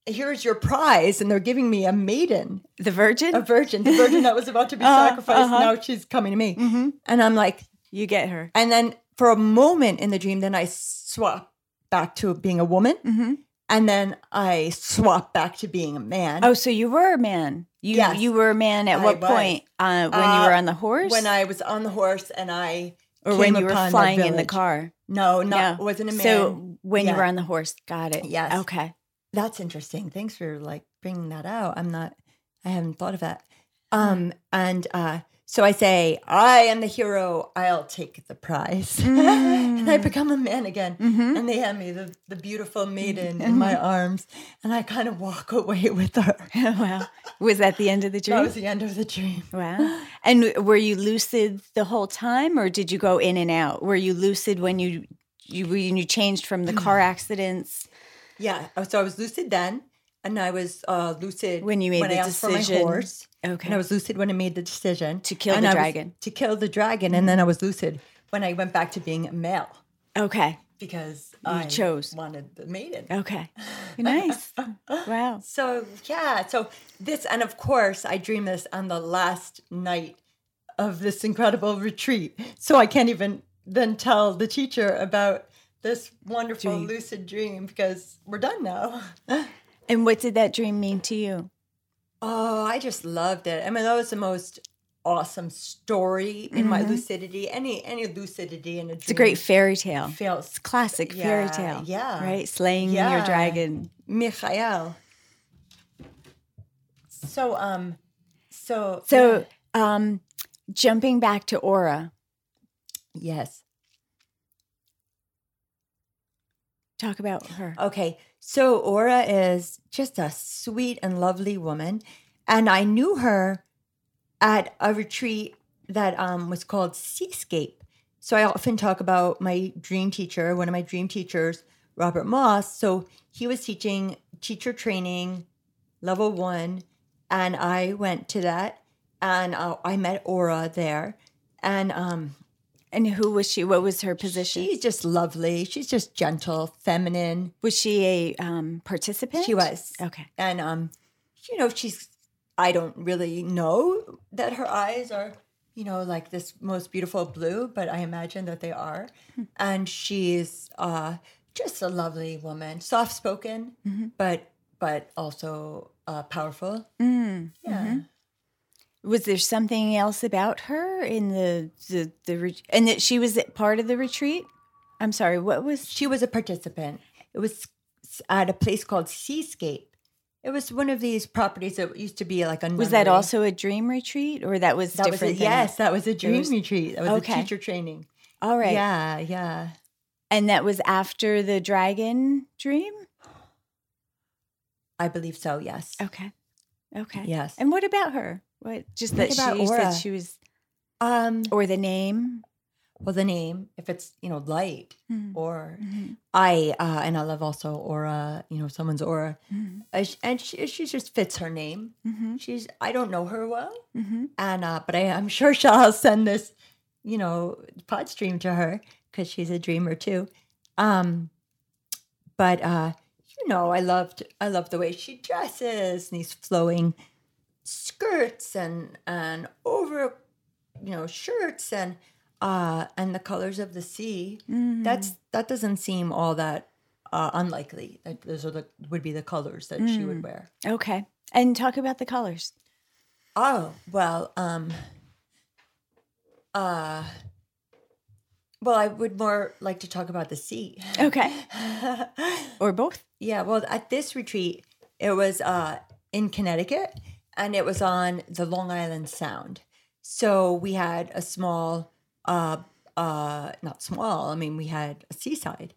Speaker 1: here's your prize. And they're giving me a maiden
Speaker 2: The Virgin.
Speaker 1: a virgin, the virgin that was about to be
Speaker 2: Uh,
Speaker 1: sacrificed.
Speaker 2: uh-huh.
Speaker 1: Now she's coming to me.
Speaker 2: Mm-hmm.
Speaker 1: And I'm like,
Speaker 2: you get her.
Speaker 1: and then for a moment in the dream, then I swap back to being a woman.
Speaker 2: Mm-hmm.
Speaker 1: And then I swap back to being a man.
Speaker 2: Oh, so you were a man. You
Speaker 1: Yes.
Speaker 2: you were a man at
Speaker 1: I
Speaker 2: what
Speaker 1: was.
Speaker 2: point? Uh, when you
Speaker 1: Uh,
Speaker 2: were on the horse,
Speaker 1: When I was on the horse and I.
Speaker 2: or when
Speaker 1: came
Speaker 2: you were
Speaker 1: upon the
Speaker 2: flying in
Speaker 1: village.
Speaker 2: the car.
Speaker 1: No, not,
Speaker 2: Yeah.
Speaker 1: wasn't a man.
Speaker 2: So when you
Speaker 1: Yeah.
Speaker 2: were on the horse, got it.
Speaker 1: Yes.
Speaker 2: Okay.
Speaker 1: That's interesting. Thanks for like bringing that out. I'm not, I haven't thought of that. Um, and uh, so I say, I am the hero. I'll take the prize, and I become a man again. And they hand me the, the beautiful maiden in my arms, and I kind of walk away with her.
Speaker 2: wow. Was that the end of the dream?
Speaker 1: That was the end of the dream.
Speaker 2: Wow. And w- were you lucid the whole time or did you go in and out? Were you lucid when you you when you changed from the
Speaker 1: Hmm.
Speaker 2: car accidents?
Speaker 1: Yeah. oh, So I was lucid then, and I was uh, lucid
Speaker 2: When you made the
Speaker 1: I asked For
Speaker 2: decision.
Speaker 1: my horse.
Speaker 2: Okay.
Speaker 1: And I was lucid when I made the decision
Speaker 2: To kill
Speaker 1: And
Speaker 2: the
Speaker 1: I was-
Speaker 2: dragon.
Speaker 1: to
Speaker 2: Mm-hmm.
Speaker 1: kill the dragon, and then I was lucid when I went back to being a male
Speaker 2: Okay.
Speaker 1: because I
Speaker 2: chose. Oh.
Speaker 1: wanted the maiden.
Speaker 2: Okay. Nice. wow.
Speaker 1: So yeah, so this and of course I dreamed this on the last night of this incredible retreat. So I can't even then tell the teacher about this wonderful lucid dream because we're done now.
Speaker 2: And what did that dream mean to you?
Speaker 1: Oh, I just loved it. I mean, that was the most awesome story in my lucidity. Any any lucidity in a dream.
Speaker 2: Mm-hmm. It's a great fairy tale.
Speaker 1: fails.
Speaker 2: Classic fairy
Speaker 1: Mm. Yeah,
Speaker 2: tale.
Speaker 1: yeah.
Speaker 2: Right? Slaying your
Speaker 1: Yeah.
Speaker 2: dragon.
Speaker 1: Michael. So um, so
Speaker 2: So, um, jumping back to Aura,
Speaker 1: yes.
Speaker 2: talk about her.
Speaker 1: Okay. So Aura is just a sweet and lovely woman. And I knew her at a retreat that um, was called Seascape. So I often talk about my dream teacher, one of my dream teachers, Robert Moss. So he was teaching teacher training level one. And I went to that and uh, I met Aura there. And um,
Speaker 2: And who was she? What was her position?
Speaker 1: she's just lovely. She's just gentle, feminine.
Speaker 2: was she a um, participant?
Speaker 1: She was.
Speaker 2: Okay.
Speaker 1: and um, you know, she's I don't really know that her eyes are, you know, like this most beautiful blue, but I imagine that they are.
Speaker 2: Hmm.
Speaker 1: And she's uh just a lovely woman, soft spoken,
Speaker 2: Mm-hmm.
Speaker 1: but but also uh powerful.
Speaker 2: Mm,
Speaker 1: yeah.
Speaker 2: mm-hmm. Was there something else about her in the the the re- and that she was part of the retreat? I'm sorry. What was?
Speaker 1: She was a participant. It was s- at a place called Seascape. It was one of these properties that used to be like a
Speaker 2: Was that
Speaker 1: nunnery.
Speaker 2: also a dream retreat, or that was
Speaker 1: that was
Speaker 2: different?
Speaker 1: a,
Speaker 2: than-
Speaker 1: yes, that was a dream
Speaker 2: was-
Speaker 1: retreat. That was
Speaker 2: Okay.
Speaker 1: a teacher training.
Speaker 2: All right.
Speaker 1: Yeah, yeah.
Speaker 2: And that was after the dragon dream.
Speaker 1: I believe so. Yes.
Speaker 2: Okay. Okay.
Speaker 1: Yes.
Speaker 2: And what about her? What just that
Speaker 1: What
Speaker 2: she
Speaker 1: about
Speaker 2: you said
Speaker 1: Aura?
Speaker 2: she was
Speaker 1: Um.
Speaker 2: or the name?
Speaker 1: Well, the name, if it's you know light
Speaker 2: Mhm.
Speaker 1: or
Speaker 2: Mhm.
Speaker 1: I, uh, and I love also aura. You know, someone's aura,
Speaker 2: Mhm.
Speaker 1: Uh, sh- and she she just fits her name.
Speaker 2: Mhm.
Speaker 1: She's I don't know her well,
Speaker 2: Mhm.
Speaker 1: and uh, but I I'm sure she'll send this, you know, pod stream to her because she's a dreamer too. Um. But uh, you know, I loved I loved the way she dresses and these flowing skirts and and over you know shirts and uh and the colors of the sea that's that doesn't seem all that uh unlikely that those are the would be the colors that she would wear
Speaker 2: Okay. And talk about the colors.
Speaker 1: oh well um uh well i would more like to talk about the sea
Speaker 2: Okay. or both.
Speaker 1: Yeah, well, at this retreat, it was uh, in Connecticut and it was on the Long Island Sound. So we had a small, uh, uh, not small, I mean, we had a seaside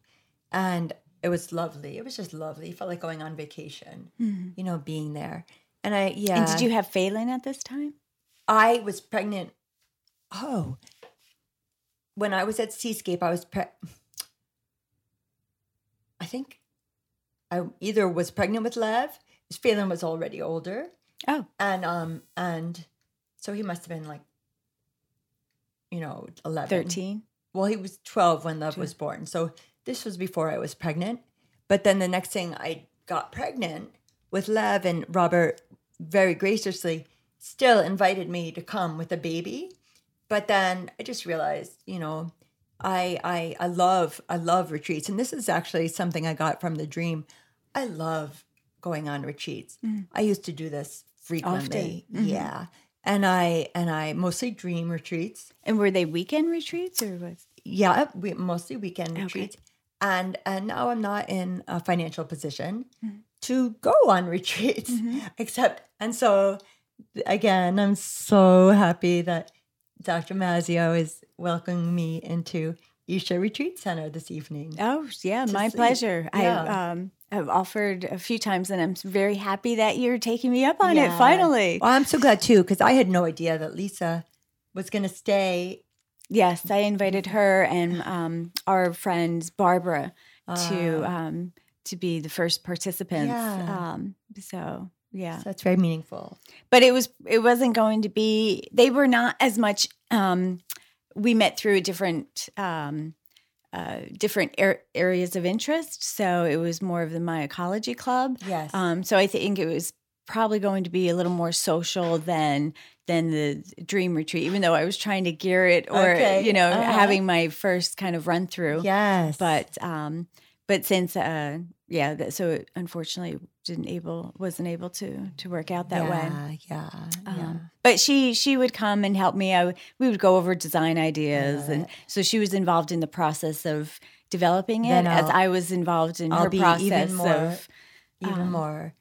Speaker 1: and it was lovely. It was just lovely. It felt like going on vacation, you know, being there. And I, yeah.
Speaker 2: Mm-hmm. And did you have Phelan at this time?
Speaker 1: I was pregnant. Oh, when I was at Seascape, I was pre. I think I either was pregnant with Lev. Phelan was already older,
Speaker 2: Oh.
Speaker 1: and um, and so he must have been like, you know, eleven.
Speaker 2: 13.
Speaker 1: Well, he was twelve when Lev was born, so this was before I was pregnant. But then the next thing, I got pregnant with Lev, and Robert very graciously still invited me to come with a baby but then i just realized you know i i i love i love retreats and this is actually something i got from the dream i love going on retreats i used to do this frequently yeah and i and i mostly dream retreats
Speaker 2: And were they weekend retreats or was
Speaker 1: yeah we, mostly weekend
Speaker 2: Okay.
Speaker 1: retreats and and now i'm not in a financial position
Speaker 2: Mm-hmm.
Speaker 1: to go on retreats except and so again i'm so happy that dr mazio is welcoming me into isha retreat center this evening
Speaker 2: Oh, yeah, my
Speaker 1: sleep.
Speaker 2: pleasure. I
Speaker 1: Yeah.
Speaker 2: um have offered a few times and I'm very happy that you're taking me up on it
Speaker 1: Yeah.
Speaker 2: finally.
Speaker 1: well i'm so glad too because i had no idea that lisa was going to stay
Speaker 2: Yes, I invited her and um, our friend Barbara to
Speaker 1: uh,
Speaker 2: um, to be the first participants.
Speaker 1: Oh. Yeah.
Speaker 2: Um, so yeah,
Speaker 1: so that's very meaningful
Speaker 2: but it was it wasn't going to be. They were not as much. Um, we met through a different um, uh, different ar- areas of interest, so it was more of the myecology club.
Speaker 1: yes
Speaker 2: Um, so I think it was probably going to be a little more social than than the dream retreat, even though I was trying to gear it or
Speaker 1: Okay,
Speaker 2: you know
Speaker 1: uh-huh.
Speaker 2: having my first kind of run through.
Speaker 1: yes
Speaker 2: But um, but since uh yeah that, so unfortunately didn't able wasn't able to to work out that way
Speaker 1: yeah, Yeah.
Speaker 2: Um,
Speaker 1: yeah.
Speaker 2: But she she would come and help me. I w- we would go over design ideas, and so she was involved in the process of developing it,
Speaker 1: Then
Speaker 2: as
Speaker 1: I'll-
Speaker 2: I was involved in
Speaker 1: I'll
Speaker 2: her
Speaker 1: be
Speaker 2: process
Speaker 1: even more
Speaker 2: of.
Speaker 1: even
Speaker 2: Um,
Speaker 1: more,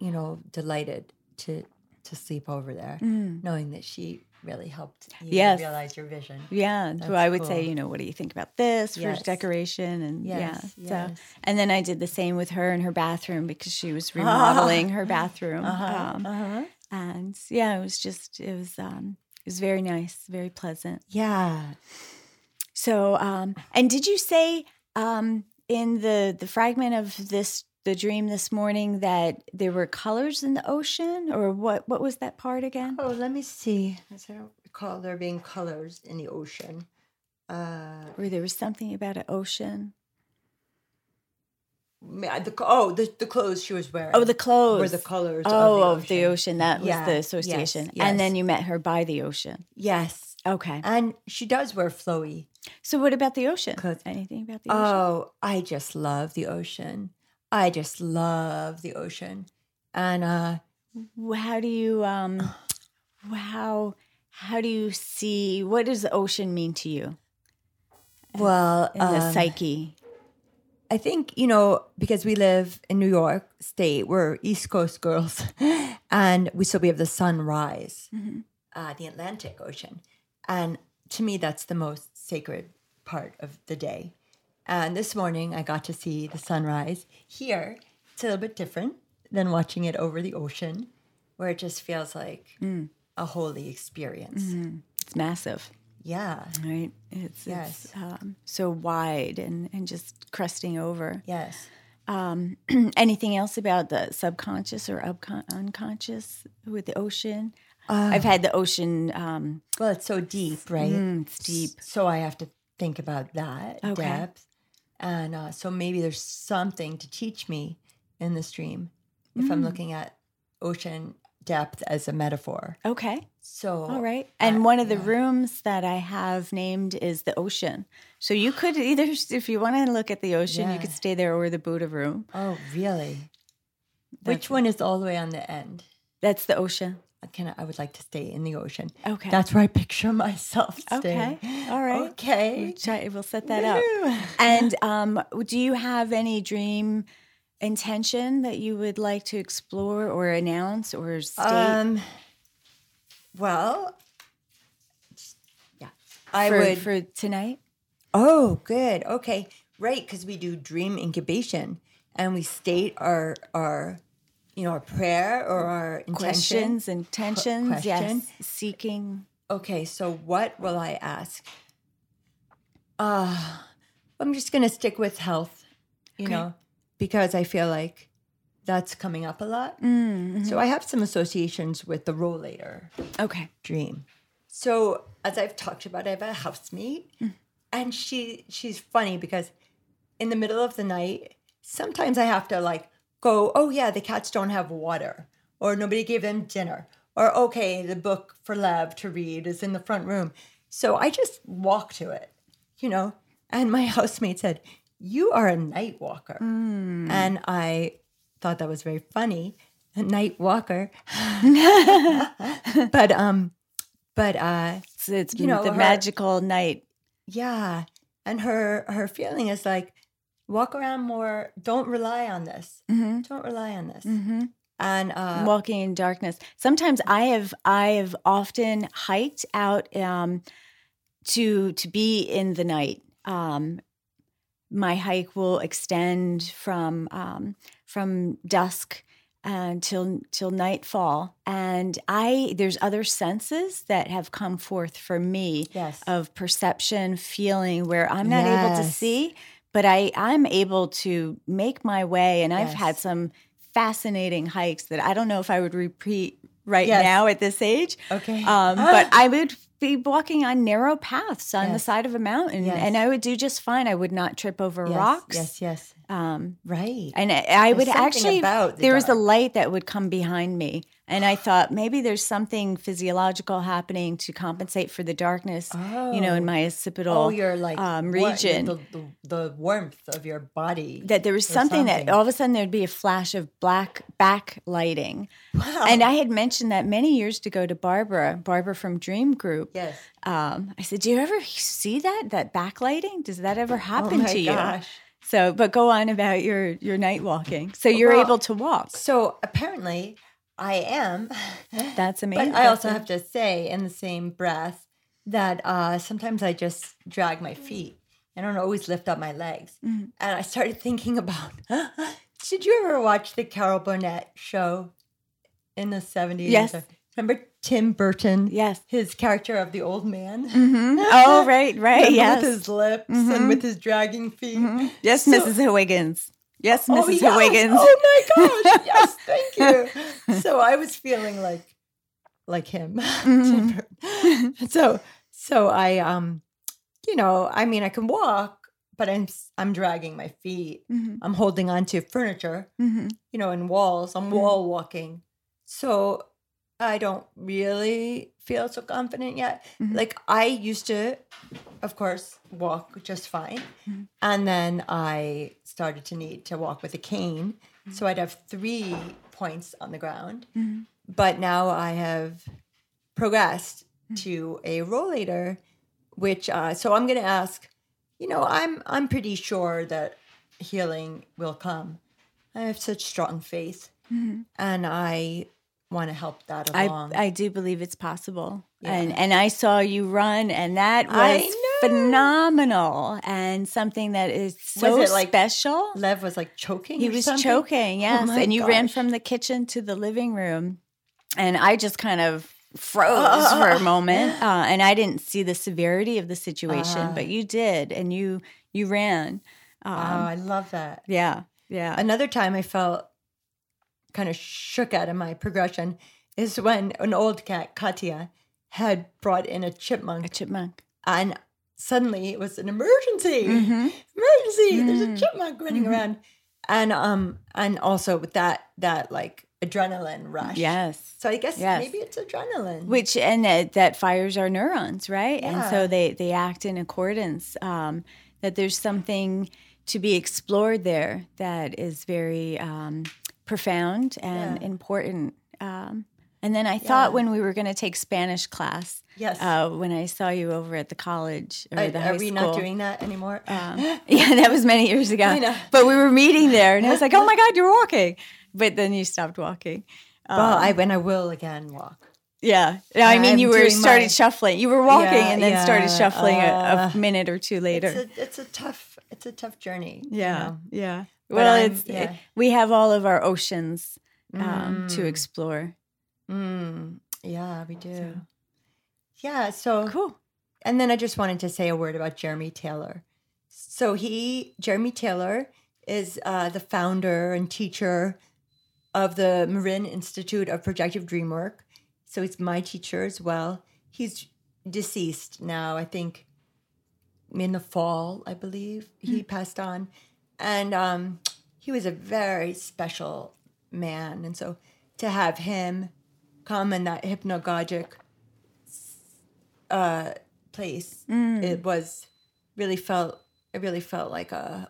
Speaker 1: you know, delighted to to sleep over there,
Speaker 2: Mm.
Speaker 1: knowing that she really helped you
Speaker 2: Yes.
Speaker 1: realize your vision.
Speaker 2: Yeah, so
Speaker 1: That's
Speaker 2: I would say,
Speaker 1: cool.
Speaker 2: you know, what do you think about this
Speaker 1: Yes.
Speaker 2: for decoration? And
Speaker 1: Yes,
Speaker 2: yeah, so
Speaker 1: yes.
Speaker 2: and then I did the same with her in her bathroom because she was remodeling her bathroom,
Speaker 1: Uh-huh.
Speaker 2: um,
Speaker 1: uh-huh.
Speaker 2: and yeah, it was just it was um, it was very nice, very pleasant.
Speaker 1: Yeah.
Speaker 2: So, um, and did you say um, in the the fragment of this the dream this morning that there were colors in the ocean, or what? What was that part again?
Speaker 1: Oh, let me see. 'cause I don't recall there being colors in the ocean. Uh,
Speaker 2: Or there was something about an ocean?
Speaker 1: ma- the, oh, the, the clothes she was wearing.
Speaker 2: Oh, the clothes.
Speaker 1: were the colors.
Speaker 2: Oh,
Speaker 1: of the ocean.
Speaker 2: That
Speaker 1: Yeah,
Speaker 2: was the
Speaker 1: yes,
Speaker 2: association.
Speaker 1: yes.
Speaker 2: And then you met her by the ocean.
Speaker 1: Yes,
Speaker 2: Okay.
Speaker 1: and she does wear flowy.
Speaker 2: So, what about the ocean?
Speaker 1: Clothes.
Speaker 2: Anything about the ocean?
Speaker 1: Oh, I just love the ocean. I just love the ocean. And uh,
Speaker 2: Wh- How do you um? How how do you see? What does the ocean mean to you
Speaker 1: well,
Speaker 2: in the
Speaker 1: um,
Speaker 2: psyche?
Speaker 1: I think, you know, because we live in New York State, we're East Coast girls. and we so we have the sunrise, uh, the Atlantic Ocean. And to me, that's the most sacred part of the day. And this morning, I got to see the sunrise here. It's a little bit different than watching it over the ocean, where it just feels like a holy experience.
Speaker 2: It's massive.
Speaker 1: Yeah.
Speaker 2: Right. It's,
Speaker 1: Yes.
Speaker 2: it's um, so wide and, and just cresting over. Um,
Speaker 1: Yes.
Speaker 2: Anything else about the subconscious or upcon- unconscious with the ocean?
Speaker 1: Uh.
Speaker 2: I've had the ocean. Um,
Speaker 1: Well, it's so deep, right?
Speaker 2: mm, it's deep.
Speaker 1: So I have to think about that
Speaker 2: Okay.
Speaker 1: depth. And uh, so maybe there's something to teach me in this dream if
Speaker 2: Mm.
Speaker 1: I'm looking at ocean depth as a metaphor.
Speaker 2: Okay.
Speaker 1: So,
Speaker 2: All right. And one of the rooms that I have named is the ocean. So you could either, if you want to look at the ocean, you
Speaker 1: Yeah.
Speaker 2: could stay there or the Buddha room.
Speaker 1: Oh, really?
Speaker 2: That's-
Speaker 1: Which one is all the way on the end?
Speaker 2: That's the ocean.
Speaker 1: I Can I would like to stay in the ocean.
Speaker 2: Okay.
Speaker 1: That's where I picture myself staying.
Speaker 2: okay. All right.
Speaker 1: Okay.
Speaker 2: We'll try- We'll set that up.
Speaker 1: Woo.
Speaker 2: And um, do you have any dream intention that you would like to explore or announce or state?
Speaker 1: Um, well, yeah, I
Speaker 2: for,
Speaker 1: would.
Speaker 2: for tonight.
Speaker 1: oh, good. Okay, right, because we do dream incubation and we state our our, you know, our prayer or our intention.
Speaker 2: Questions, intentions,
Speaker 1: question.
Speaker 2: yes, seeking.
Speaker 1: Okay, so what will I ask? Uh, I'm just gonna stick with health, you
Speaker 2: Okay.
Speaker 1: know, because I feel like that's coming up a lot.
Speaker 2: Mm, mm-hmm.
Speaker 1: So I have some associations with the roll later.
Speaker 2: Okay,
Speaker 1: dream. So as I've talked about, I have a housemate, and she she's funny because in the middle of the night, sometimes I have to like go, oh yeah, the cats don't have water, or nobody gave them dinner, or okay, the book for Lev to read is in the front room. So I just walk to it, you know. And my housemate said, "You are a night walker," and I thought that was very funny. A night walker, but um, but uh,
Speaker 2: so it's
Speaker 1: You know,
Speaker 2: the
Speaker 1: her-
Speaker 2: magical night.
Speaker 1: yeah. And her her feeling is like, walk around more. Don't rely on this.
Speaker 2: Mhm.
Speaker 1: Don't rely on this.
Speaker 2: Mhm.
Speaker 1: And uh,
Speaker 2: Walking in darkness. Sometimes I have I have often hiked out um, to to be in the night. Um, my hike will extend from um, from dusk until till nightfall, and I there's other senses that have come forth for me.
Speaker 1: yes,
Speaker 2: of perception, feeling where I'm not able to
Speaker 1: Yes.
Speaker 2: see, but I I'm able to make my way and I've
Speaker 1: Yes.
Speaker 2: had some fascinating hikes that I don't know if I would repeat right
Speaker 1: Yes.
Speaker 2: now at this age.
Speaker 1: okay. Ah,
Speaker 2: Um, but I would be walking on narrow paths on the
Speaker 1: Yes.
Speaker 2: side of a mountain
Speaker 1: Yes.
Speaker 2: and I would do just fine. I would not trip over
Speaker 1: yes,
Speaker 2: rocks.
Speaker 1: Yes, yes,
Speaker 2: Um,
Speaker 1: right.
Speaker 2: and I, I would
Speaker 1: something
Speaker 2: actually
Speaker 1: about the
Speaker 2: there was a
Speaker 1: dark.
Speaker 2: light that would come behind me And I thought maybe there's something physiological happening to compensate for the darkness, you know, in my occipital
Speaker 1: Oh, you're like
Speaker 2: um,
Speaker 1: wa-
Speaker 2: region.
Speaker 1: the, the, the warmth of your body.
Speaker 2: that there was
Speaker 1: or
Speaker 2: something, that
Speaker 1: something.
Speaker 2: all of a sudden there'd be a flash of black backlighting.
Speaker 1: wow.
Speaker 2: And I had mentioned that many years ago to Barbara, Barbara from Dream Group.
Speaker 1: yes.
Speaker 2: Um, I said, Do you ever see that? That backlighting? Does that ever
Speaker 1: Oh
Speaker 2: happen
Speaker 1: my
Speaker 2: to you?
Speaker 1: gosh.
Speaker 2: So, but go on about your your night walking. So you're
Speaker 1: Well-
Speaker 2: able to walk.
Speaker 1: So apparently, I am.
Speaker 2: That's amazing.
Speaker 1: But I also have to say, in the same breath, that uh, sometimes I just drag my feet. I don't always lift up my legs.
Speaker 2: Mm-hmm.
Speaker 1: And I started thinking about did you ever watch the Carol Burnett show in the 70s?
Speaker 2: Yes.
Speaker 1: Remember Tim Burton?
Speaker 2: Yes.
Speaker 1: His character of the old man?
Speaker 2: Mhm. Oh, right, right.
Speaker 1: Remember Mm-hmm. With
Speaker 2: yes. Mm-hmm.
Speaker 1: his lips and with his dragging feet.
Speaker 2: Mhm. Yes,
Speaker 1: So-
Speaker 2: Mrs. Higgins. Yes, Mrs.
Speaker 1: Oh, yes.
Speaker 2: Higgins.
Speaker 1: Oh my gosh. Yes, thank you. So I was feeling like like him. Tim
Speaker 2: Mm-hmm.
Speaker 1: Burton. so so I um you know, I mean I can walk, but I'm s- I'm dragging my feet.
Speaker 2: Mhm,
Speaker 1: I'm holding onto furniture,
Speaker 2: mhm.
Speaker 1: you know, and walls. I'm
Speaker 2: Mhm.
Speaker 1: wall walking. So I don't really feel so confident yet.
Speaker 2: Mhm.
Speaker 1: Like I used to of course walk just fine.
Speaker 2: Mhm.
Speaker 1: And then I started to need to walk with a cane.
Speaker 2: Mm-hmm.
Speaker 1: So I'd have 3 points on the ground
Speaker 2: Mhm.
Speaker 1: but now I have progressed
Speaker 2: Mm-hmm.
Speaker 1: to a rollator, which uh, so I'm going to ask. You know, I'm I'm pretty sure that healing will come. I have such strong faith, and I want to help that
Speaker 2: Mm-hmm. I
Speaker 1: along.
Speaker 2: I do believe it's possible.
Speaker 1: Yeah.
Speaker 2: And and I saw you run and that
Speaker 1: I
Speaker 2: was
Speaker 1: know.
Speaker 2: phenomenal and something that is so
Speaker 1: it like-
Speaker 2: special.
Speaker 1: Lev was like choking.
Speaker 2: He
Speaker 1: or
Speaker 2: was
Speaker 1: something. Oh
Speaker 2: choking, yes.
Speaker 1: my
Speaker 2: and you ran
Speaker 1: gosh.
Speaker 2: from the kitchen to the living room. And I just kind of froze for a moment. Uh, and I didn't see the severity of the situation,
Speaker 1: Ah.
Speaker 2: but you did. And you you ran. Um,
Speaker 1: Wow, Ah, I love that.
Speaker 2: yeah. Yeah.
Speaker 1: Another time I felt kind of shook out of my progression is when an old cat, Katya, had brought in a chipmunk
Speaker 2: A chipmunk.
Speaker 1: and suddenly it was an emergency
Speaker 2: Mhm.
Speaker 1: emergency there's a
Speaker 2: Mm.
Speaker 1: chipmunk running around and um and also with that that like adrenaline rush
Speaker 2: Yes.
Speaker 1: so i guess
Speaker 2: Yes.
Speaker 1: maybe it's adrenaline
Speaker 2: Which and that, that fires our neurons, right? And
Speaker 1: Yeah.
Speaker 2: so they they act in accordance. Um, that there's something to be explored there that is very um, profound and
Speaker 1: Yeah.
Speaker 2: important. Um, and then I thought
Speaker 1: Yeah.
Speaker 2: when we were going to take Spanish class,
Speaker 1: yes
Speaker 2: uh, when I saw you over at the college or
Speaker 1: are,
Speaker 2: the high
Speaker 1: are we
Speaker 2: school.
Speaker 1: not doing that anymore
Speaker 2: Um, yeah, that was many years ago.
Speaker 1: I know.
Speaker 2: But we were meeting there, and I was like, "Oh my God, you're walking!" But then you stopped walking.
Speaker 1: well
Speaker 2: um,
Speaker 1: i when i will again walk
Speaker 2: Yeah. Yeah, I mean,
Speaker 1: I'm
Speaker 2: you were
Speaker 1: doing
Speaker 2: started
Speaker 1: my-
Speaker 2: shuffling. You were walking
Speaker 1: Yeah,
Speaker 2: and then started
Speaker 1: yeah,
Speaker 2: shuffling a,
Speaker 1: uh,
Speaker 2: a minute or two later.
Speaker 1: it's a, it's a tough it's a tough journey you
Speaker 2: yeah.
Speaker 1: know.
Speaker 2: Yeah.
Speaker 1: But
Speaker 2: Well,
Speaker 1: I'm-
Speaker 2: it's
Speaker 1: yeah.
Speaker 2: we have all of our oceans um, to explore.
Speaker 1: Mm, yeah we do yeah so
Speaker 2: Cool.
Speaker 1: And then I just wanted to say a word about Jeremy Taylor. So he, Jeremy Taylor, is uh, the founder and teacher of the Marin Institute of Projective Dreamwork. So he's my teacher as well. He's deceased now, I think in the fall, I believe. He passed on. And um, he was a very special man. And so to have him come in that hypnagogic uh, place, it was really felt it really felt like a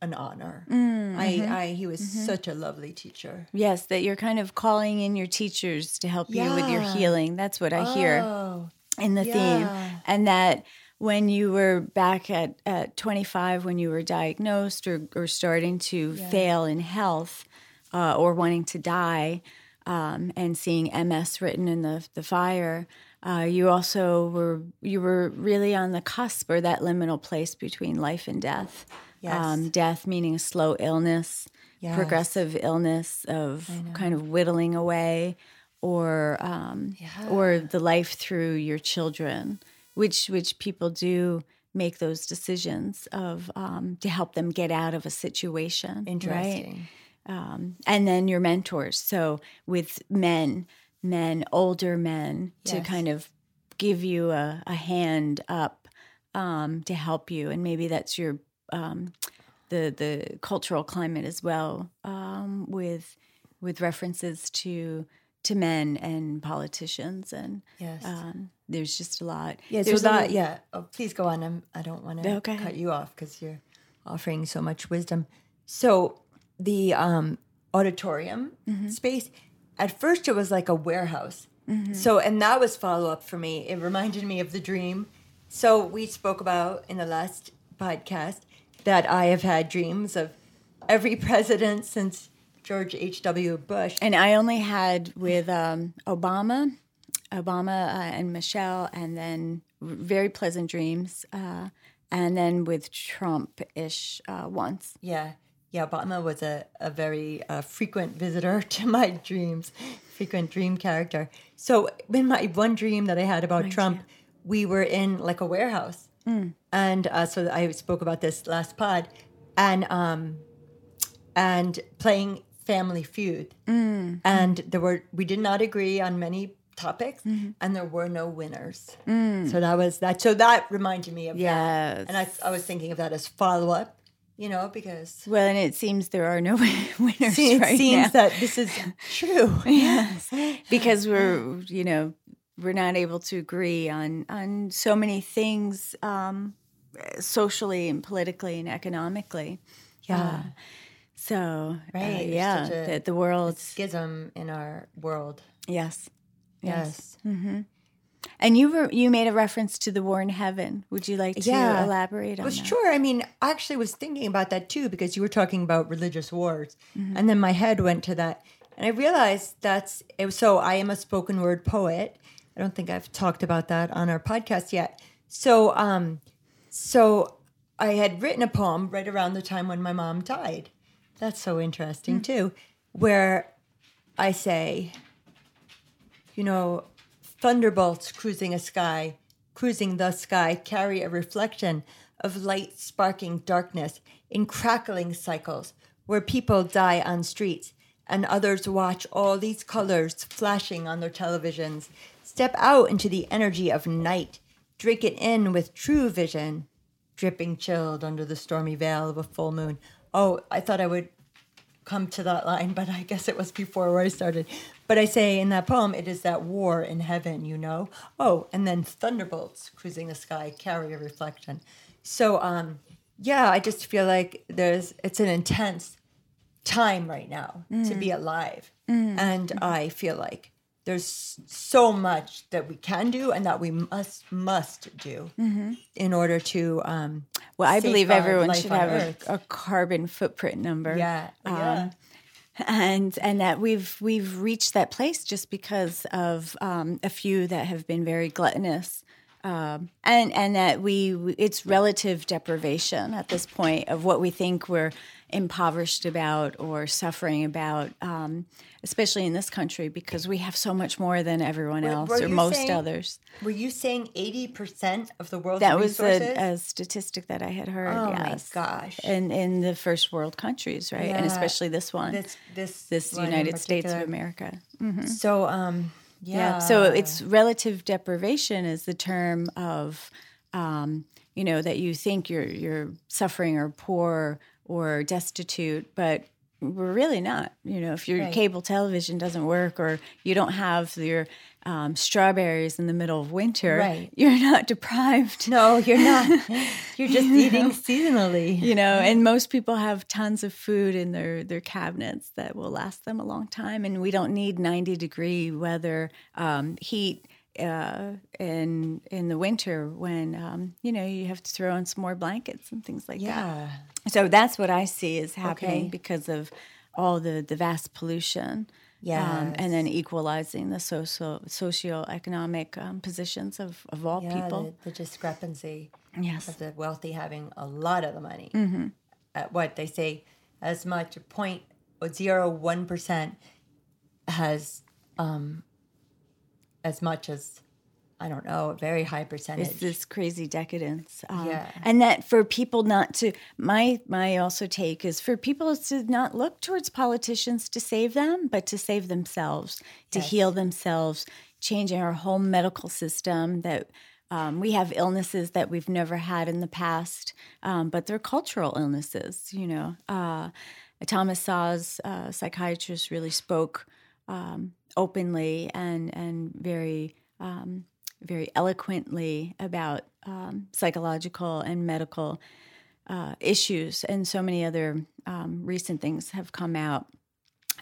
Speaker 1: an honor. I, I he was such a lovely teacher.
Speaker 2: Yes, that you're kind of calling in your teachers to help you with your
Speaker 1: Yeah.
Speaker 2: healing. That's what I hear.
Speaker 1: Oh,
Speaker 2: in the
Speaker 1: Yeah.
Speaker 2: theme and that when you were back at, at 25 when you were diagnosed or, or starting to fail in health uh, or wanting to die um, and seeing ms written in the, the fire uh, you also were you were really on the cusp or that liminal place between life and death Um,
Speaker 1: Yes.
Speaker 2: death meaning a slow illness
Speaker 1: Yes.
Speaker 2: progressive illness of kind of whittling away or um, or the life through your children which which people do make those decisions of um, to help them get out of a situation right?
Speaker 1: interesting.
Speaker 2: um, and then your mentors. So with men, men, older men, to
Speaker 1: Yes.
Speaker 2: kind of give you a, a hand up um, to help you, and maybe that's your um, the the cultural climate as well um, with with references to to men and politicians and
Speaker 1: Yes.
Speaker 2: um, there's just a lot.
Speaker 1: yeah, so
Speaker 2: there's
Speaker 1: that, yeah. Oh, please go on. I'm, I don't want to
Speaker 2: No, go ahead.
Speaker 1: cut you off because you're offering so much wisdom. So the um, auditorium
Speaker 2: Mm-hmm.
Speaker 1: space, at first it was like a warehouse.
Speaker 2: Mm-hmm.
Speaker 1: So, and that was follow up for me. It reminded me of the dream. So we spoke about in the last podcast that I have had dreams of every president since George H.W. Bush.
Speaker 2: And I only had with um, Obama, Obama uh, and Michelle, and then very pleasant dreams, uh, and then with Trump ish uh, once.
Speaker 1: Yeah. Yeah, Obama was a, a very uh, frequent visitor to my dreams, frequent dream character. So, in my one dream that I had about Trump, we were in like a warehouse. And uh, so I spoke about this last pod and um, and playing Family Feud. And there were we did not agree on many topics and there were no winners. So that was that. So that reminded me of that.
Speaker 2: Yes.
Speaker 1: And I, I was thinking of that as follow up, you know, because
Speaker 2: Well, and it seems there are no winners
Speaker 1: it
Speaker 2: right
Speaker 1: seems
Speaker 2: now
Speaker 1: that this is true.
Speaker 2: yes. because we're you know we're not able to agree on on so many things um, socially and politically and economically. Uh,
Speaker 1: Yeah.
Speaker 2: So uh,
Speaker 1: Right, there's
Speaker 2: yeah,
Speaker 1: such a-
Speaker 2: that the world.
Speaker 1: Schism in our world.
Speaker 2: Yes.
Speaker 1: Yes.
Speaker 2: And you were, you made a reference to the war in heaven. Would you like to
Speaker 1: Yeah.
Speaker 2: elaborate on
Speaker 1: Well,
Speaker 2: that?
Speaker 1: sure. I mean, I actually was thinking about that too because you were talking about religious wars,
Speaker 2: Mm-hmm.
Speaker 1: and then my head went to that, and I realized that's it was- so. I am a spoken word poet. I don't think I've talked about that on our podcast yet. So, um, so I had written a poem right around the time when my mom died. That's so
Speaker 2: Mm.
Speaker 1: interesting too, where I say, you know, thunderbolts cruising a sky, cruising the sky, carry a reflection of light sparking darkness in crackling cycles where people die on streets and others watch all these colors flashing on their televisions. Step out into the energy of night, drink it in with true vision, dripping chilled under the stormy veil of a full moon. Oh, I thought I would come to that line, but I guess it was before where I started. But I say in that poem, it is that war in heaven, you know. Oh, and then thunderbolts cruising the sky carry a reflection. So, um, yeah, I just feel like there's it's an intense time right now to be alive, and I feel like there's so much that we can do and that we must must do in order to. Um,
Speaker 2: Well, I believe
Speaker 1: safeguard
Speaker 2: everyone
Speaker 1: life
Speaker 2: should
Speaker 1: on
Speaker 2: have
Speaker 1: Earth.
Speaker 2: a, a carbon footprint number.
Speaker 1: yeah, yeah.
Speaker 2: and and that we've we've reached that place just because of um, a few that have been very gluttonous um, and and that we it's relative deprivation at this point of what we think we're impoverished about or suffering about um, especially in this country because we have so much more than everyone else
Speaker 1: were
Speaker 2: or
Speaker 1: you
Speaker 2: most
Speaker 1: saying-
Speaker 2: others
Speaker 1: Were you saying 80% of the world's
Speaker 2: that was
Speaker 1: resources?
Speaker 2: a, a statistic that i had heard
Speaker 1: oh
Speaker 2: yes
Speaker 1: my gosh.
Speaker 2: in in the first world countries right and
Speaker 1: Yeah.
Speaker 2: especially this one
Speaker 1: this this
Speaker 2: this
Speaker 1: one in
Speaker 2: united states of
Speaker 1: particular.
Speaker 2: america
Speaker 1: So um yeah.
Speaker 2: Yeah. So it's relative deprivation is the term of, um, you know, that you think you're you're suffering or poor or destitute, but we're really not. You know, if your
Speaker 1: Right.
Speaker 2: cable television doesn't work or you don't have your um, strawberries in the middle of winter,
Speaker 1: Right.
Speaker 2: you're not deprived.
Speaker 1: no, you're not. You're just eating seasonally.
Speaker 2: You know, and most people have tons of food in their their cabinets that will last them a long time, and we don't need ninety degree weather, um, heat uh, in in the winter when um, you know you have to throw in some more blankets and things like
Speaker 1: Yeah.
Speaker 2: that. So that's what I see is happening
Speaker 1: Okay.
Speaker 2: because of all the the vast pollution. um, and then equalizing the social socioeconomic um, positions of, of all
Speaker 1: Yeah,
Speaker 2: people.
Speaker 1: The, the discrepancy
Speaker 2: Yes.
Speaker 1: of the wealthy having a lot of the money.
Speaker 2: Mm-hmm.
Speaker 1: At what they say as much 0.01% has um as much as I don't know, a very high percentage.
Speaker 2: It's this crazy decadence, um,
Speaker 1: Yeah.
Speaker 2: and that for people not to my my also take is for people to not look towards politicians to save them, but to save themselves, to heal themselves, changing our whole medical system that. Um, we have illnesses that we've never had in the past, um, but they're cultural illnesses. You know, uh, Thomas Saw's uh, psychiatrist really spoke openly and and very um, very eloquently about um, psychological and medical uh, issues, and so many other um, recent things have come out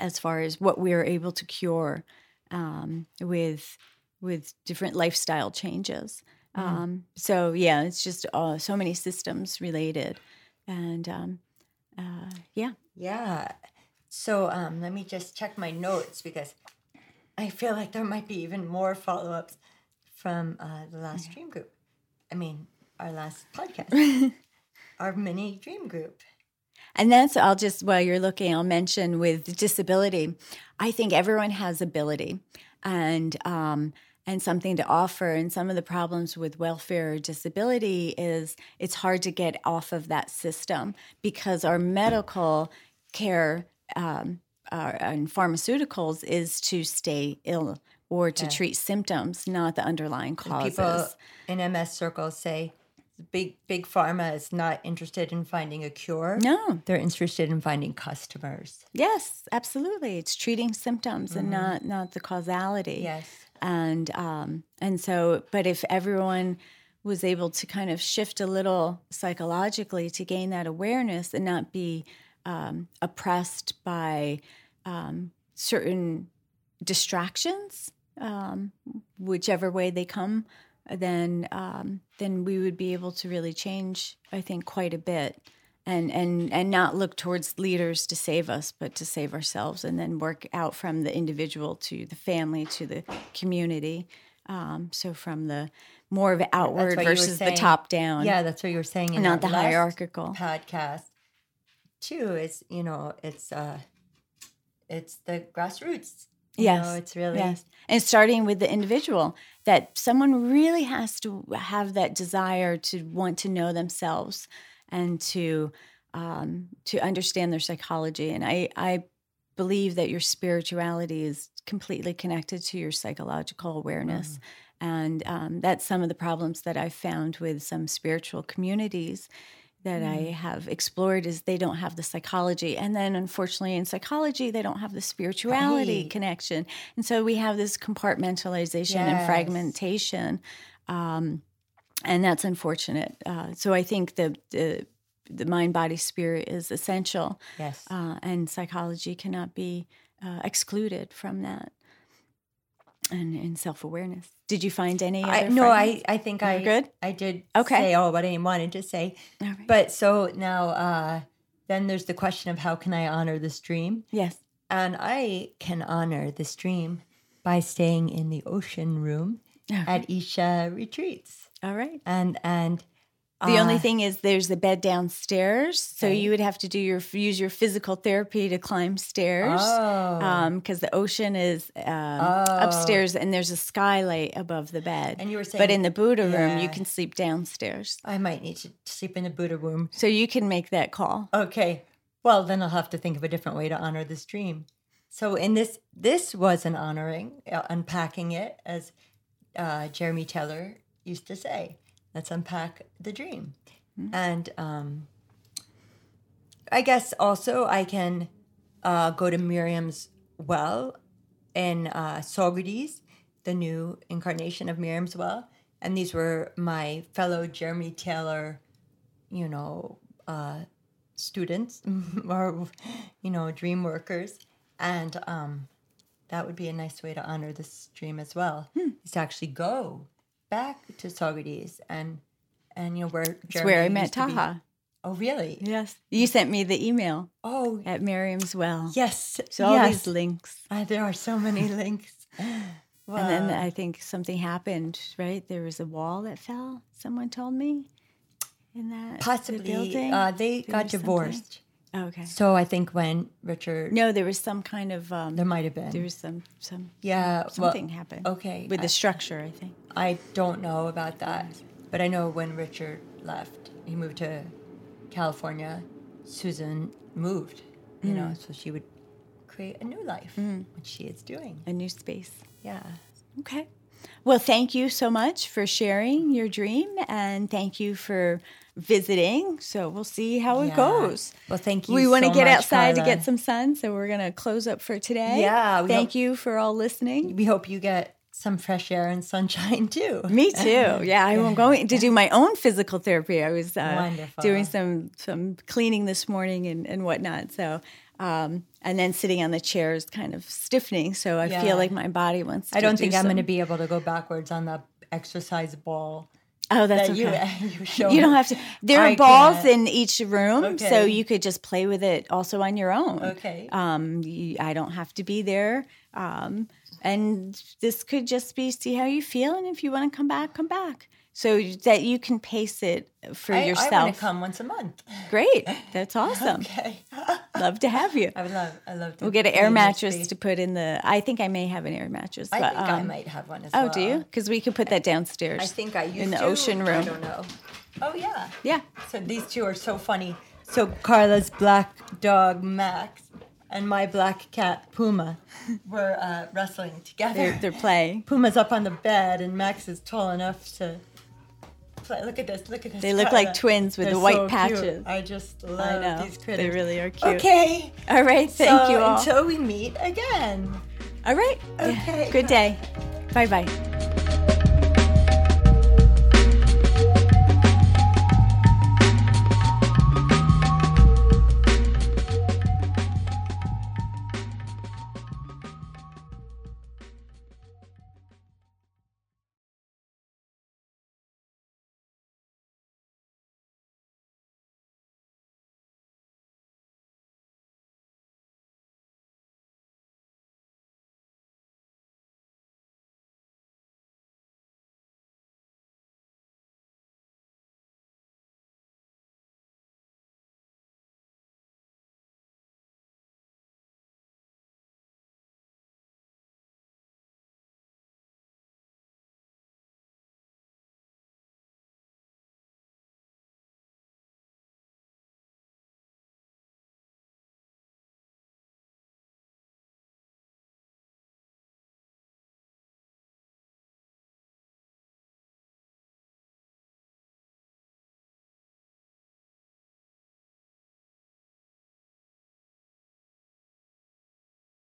Speaker 2: as far as what we are able to cure um, with with different lifestyle changes. Um, so yeah, it's just uh, so many systems related, and um, uh, yeah,
Speaker 1: Yeah. So um, let me just check my notes because I feel like there might be even more follow ups from uh, the last dream group. I mean, our last podcast, our mini dream group.
Speaker 2: And that's, I'll just, while you're looking, I'll mention with disability, I think everyone has ability and, um, and something to offer. And some of the problems with welfare or disability is it's hard to get off of that system because our medical care um, our, and pharmaceuticals is to stay ill or to treat symptoms, not the underlying causes.
Speaker 1: People in MS circles say big, big pharma is not interested in finding a cure.
Speaker 2: no,
Speaker 1: They're interested in finding customers.
Speaker 2: yes, absolutely. It's treating symptoms and not not the causality.
Speaker 1: Yes.
Speaker 2: and um, and so but if everyone was able to kind of shift a little psychologically to gain that awareness and not be um, oppressed by um, certain distractions um, whichever way they come then um, then we would be able to really change i think quite a bit and and and not look towards leaders to save us but to save ourselves and then work out from the individual to the family to the community um, so from the more of outward
Speaker 1: what you were
Speaker 2: versus the
Speaker 1: saying.
Speaker 2: top down
Speaker 1: Yeah, that's what you were saying. In
Speaker 2: not
Speaker 1: that
Speaker 2: the
Speaker 1: last
Speaker 2: hierarchical
Speaker 1: podcast too is you know it's uh it's the grassroots you
Speaker 2: Yes.
Speaker 1: know, it's really
Speaker 2: Yes. And starting with the individual, that someone really has to have that desire to want to know themselves and to um, to understand their psychology. And I, I believe that your spirituality is completely connected to your psychological awareness. And um, that's some of the problems that I've found with some spiritual communities that I have explored is they don't have the psychology. And then unfortunately in psychology they don't have the spirituality
Speaker 1: Right.
Speaker 2: connection. And so we have this compartmentalization and
Speaker 1: Yes.
Speaker 2: fragmentation. Um, and that's unfortunate. Uh, so I think the, the the mind body spirit is essential
Speaker 1: yes
Speaker 2: uh, and psychology cannot be uh, excluded from that and, and self-awareness did you find any other
Speaker 1: I, no
Speaker 2: fragments?
Speaker 1: i i think
Speaker 2: You're
Speaker 1: i
Speaker 2: good?
Speaker 1: i did
Speaker 2: Okay.
Speaker 1: say all what i wanted to say
Speaker 2: All right.
Speaker 1: but so now uh then there's the question of how can i honor this dream
Speaker 2: yes
Speaker 1: and i can honor this dream by staying in the ocean room
Speaker 2: Okay.
Speaker 1: at isha retreats
Speaker 2: all right
Speaker 1: and and
Speaker 2: the only
Speaker 1: uh,
Speaker 2: thing is there's a bed downstairs so
Speaker 1: Right.
Speaker 2: you would have to do your use your physical therapy to climb stairs
Speaker 1: oh.
Speaker 2: because Um, the ocean is um, upstairs and there's a skylight above the bed.
Speaker 1: And you were saying-
Speaker 2: but in the Buddha room, you
Speaker 1: Yeah.
Speaker 2: can sleep downstairs,
Speaker 1: I might need to sleep in the Buddha room.
Speaker 2: so you can make that call.
Speaker 1: Okay. Well, then I'll have to think of a different way to honor this dream. So in this, this was an honoring, uh, unpacking it, as uh, Jeremy Teller used to say. Let's unpack the dream, and um, I guess also I can uh, go to Miriam's well in uh, Socrates, the new incarnation of Miriam's well, and these were my fellow Jeremy Taylor, you know, uh, students or you know dream workers, and um, that would be a nice way to honor this dream as well.
Speaker 2: Hmm.
Speaker 1: Is to actually go back to Socrates and and you know where Jeremy
Speaker 2: It's where I met
Speaker 1: used to be.
Speaker 2: Taha.
Speaker 1: Oh really?
Speaker 2: Yes, you sent me the email
Speaker 1: Oh
Speaker 2: at Miriam's Well.
Speaker 1: yes.
Speaker 2: So all
Speaker 1: yes.
Speaker 2: these links,
Speaker 1: Uh, there are so many links. Wow.
Speaker 2: and then I think something happened. Right, there was a wall that fell. Someone told me in that the
Speaker 1: possibly
Speaker 2: building.
Speaker 1: uh, they
Speaker 2: There
Speaker 1: got
Speaker 2: was something. Oh,
Speaker 1: divorced.
Speaker 2: Okay.
Speaker 1: So I think when Richard,
Speaker 2: No, there was some kind of um,
Speaker 1: there might have been.
Speaker 2: there was some some
Speaker 1: yeah, well,
Speaker 2: something happened.
Speaker 1: Okay,
Speaker 2: with
Speaker 1: I,
Speaker 2: the structure, I think.
Speaker 1: I don't know about that, but I know when Richard left, he moved to California. Susan moved, you know,
Speaker 2: Mm.
Speaker 1: so she would create a new life, which she is doing.
Speaker 2: a new space.
Speaker 1: Yeah.
Speaker 2: Okay. Well, thank you so much for sharing your dream and thank you for visiting. So we'll see how it
Speaker 1: Yeah.
Speaker 2: goes.
Speaker 1: Well, thank you.
Speaker 2: we want to
Speaker 1: so
Speaker 2: get
Speaker 1: much,
Speaker 2: outside to
Speaker 1: Carla.
Speaker 2: get some sun. So we're going to close up for today.
Speaker 1: Yeah, we
Speaker 2: Thank
Speaker 1: hope-
Speaker 2: you for all listening.
Speaker 1: We hope you get some fresh air and sunshine too.
Speaker 2: Me too. Yeah, I'm going to do my own physical therapy. I was uh,
Speaker 1: Wonderful.
Speaker 2: doing some some cleaning this morning and, and whatnot. So, um, and then sitting on the chair is kind of stiffening. So I
Speaker 1: Yeah.
Speaker 2: feel like my body wants. to
Speaker 1: I don't
Speaker 2: do
Speaker 1: think I'm
Speaker 2: some-
Speaker 1: going to be able to go backwards on the exercise ball
Speaker 2: Oh, that's
Speaker 1: that
Speaker 2: okay.
Speaker 1: you you showed.
Speaker 2: You don't have to. There are
Speaker 1: I
Speaker 2: balls
Speaker 1: can't.
Speaker 2: in each room, so
Speaker 1: Okay.
Speaker 2: you could just play with it also on your own.
Speaker 1: Okay.
Speaker 2: Um, you, I don't have to be there. Um, and this could just be see how you feel, and if you want to come back, come back. So that you can pace it for
Speaker 1: I,
Speaker 2: yourself.
Speaker 1: I want to come once a month.
Speaker 2: Great, that's awesome.
Speaker 1: Okay.
Speaker 2: Love to have you.
Speaker 1: I would love. I love. To
Speaker 2: We'll get an
Speaker 1: be
Speaker 2: air
Speaker 1: in your
Speaker 2: mattress
Speaker 1: space.
Speaker 2: to put in the. I think I may have an air mattress.
Speaker 1: I
Speaker 2: but,
Speaker 1: think I
Speaker 2: um,
Speaker 1: might have one as
Speaker 2: Oh,
Speaker 1: well.
Speaker 2: do you? Because we could put that downstairs.
Speaker 1: I think I used
Speaker 2: in the
Speaker 1: to.
Speaker 2: ocean
Speaker 1: I
Speaker 2: room.
Speaker 1: don't know. Oh yeah.
Speaker 2: Yeah.
Speaker 1: So these two are so funny. So Carla's black dog Max and my black cat Puma were uh, wrestling together.
Speaker 2: They're, they're playing.
Speaker 1: Puma's up on the bed and Max is tall enough to play. Look at this! Look at this!
Speaker 2: They look
Speaker 1: Carla.
Speaker 2: like twins with
Speaker 1: They're
Speaker 2: the white
Speaker 1: so cute.
Speaker 2: patches.
Speaker 1: I just
Speaker 2: I
Speaker 1: love
Speaker 2: know.
Speaker 1: these critters.
Speaker 2: They really are cute.
Speaker 1: Okay. uh,
Speaker 2: All right. Thank
Speaker 1: so
Speaker 2: you all.
Speaker 1: Until we meet again.
Speaker 2: all right.
Speaker 1: Okay.
Speaker 2: Good day. Bye bye.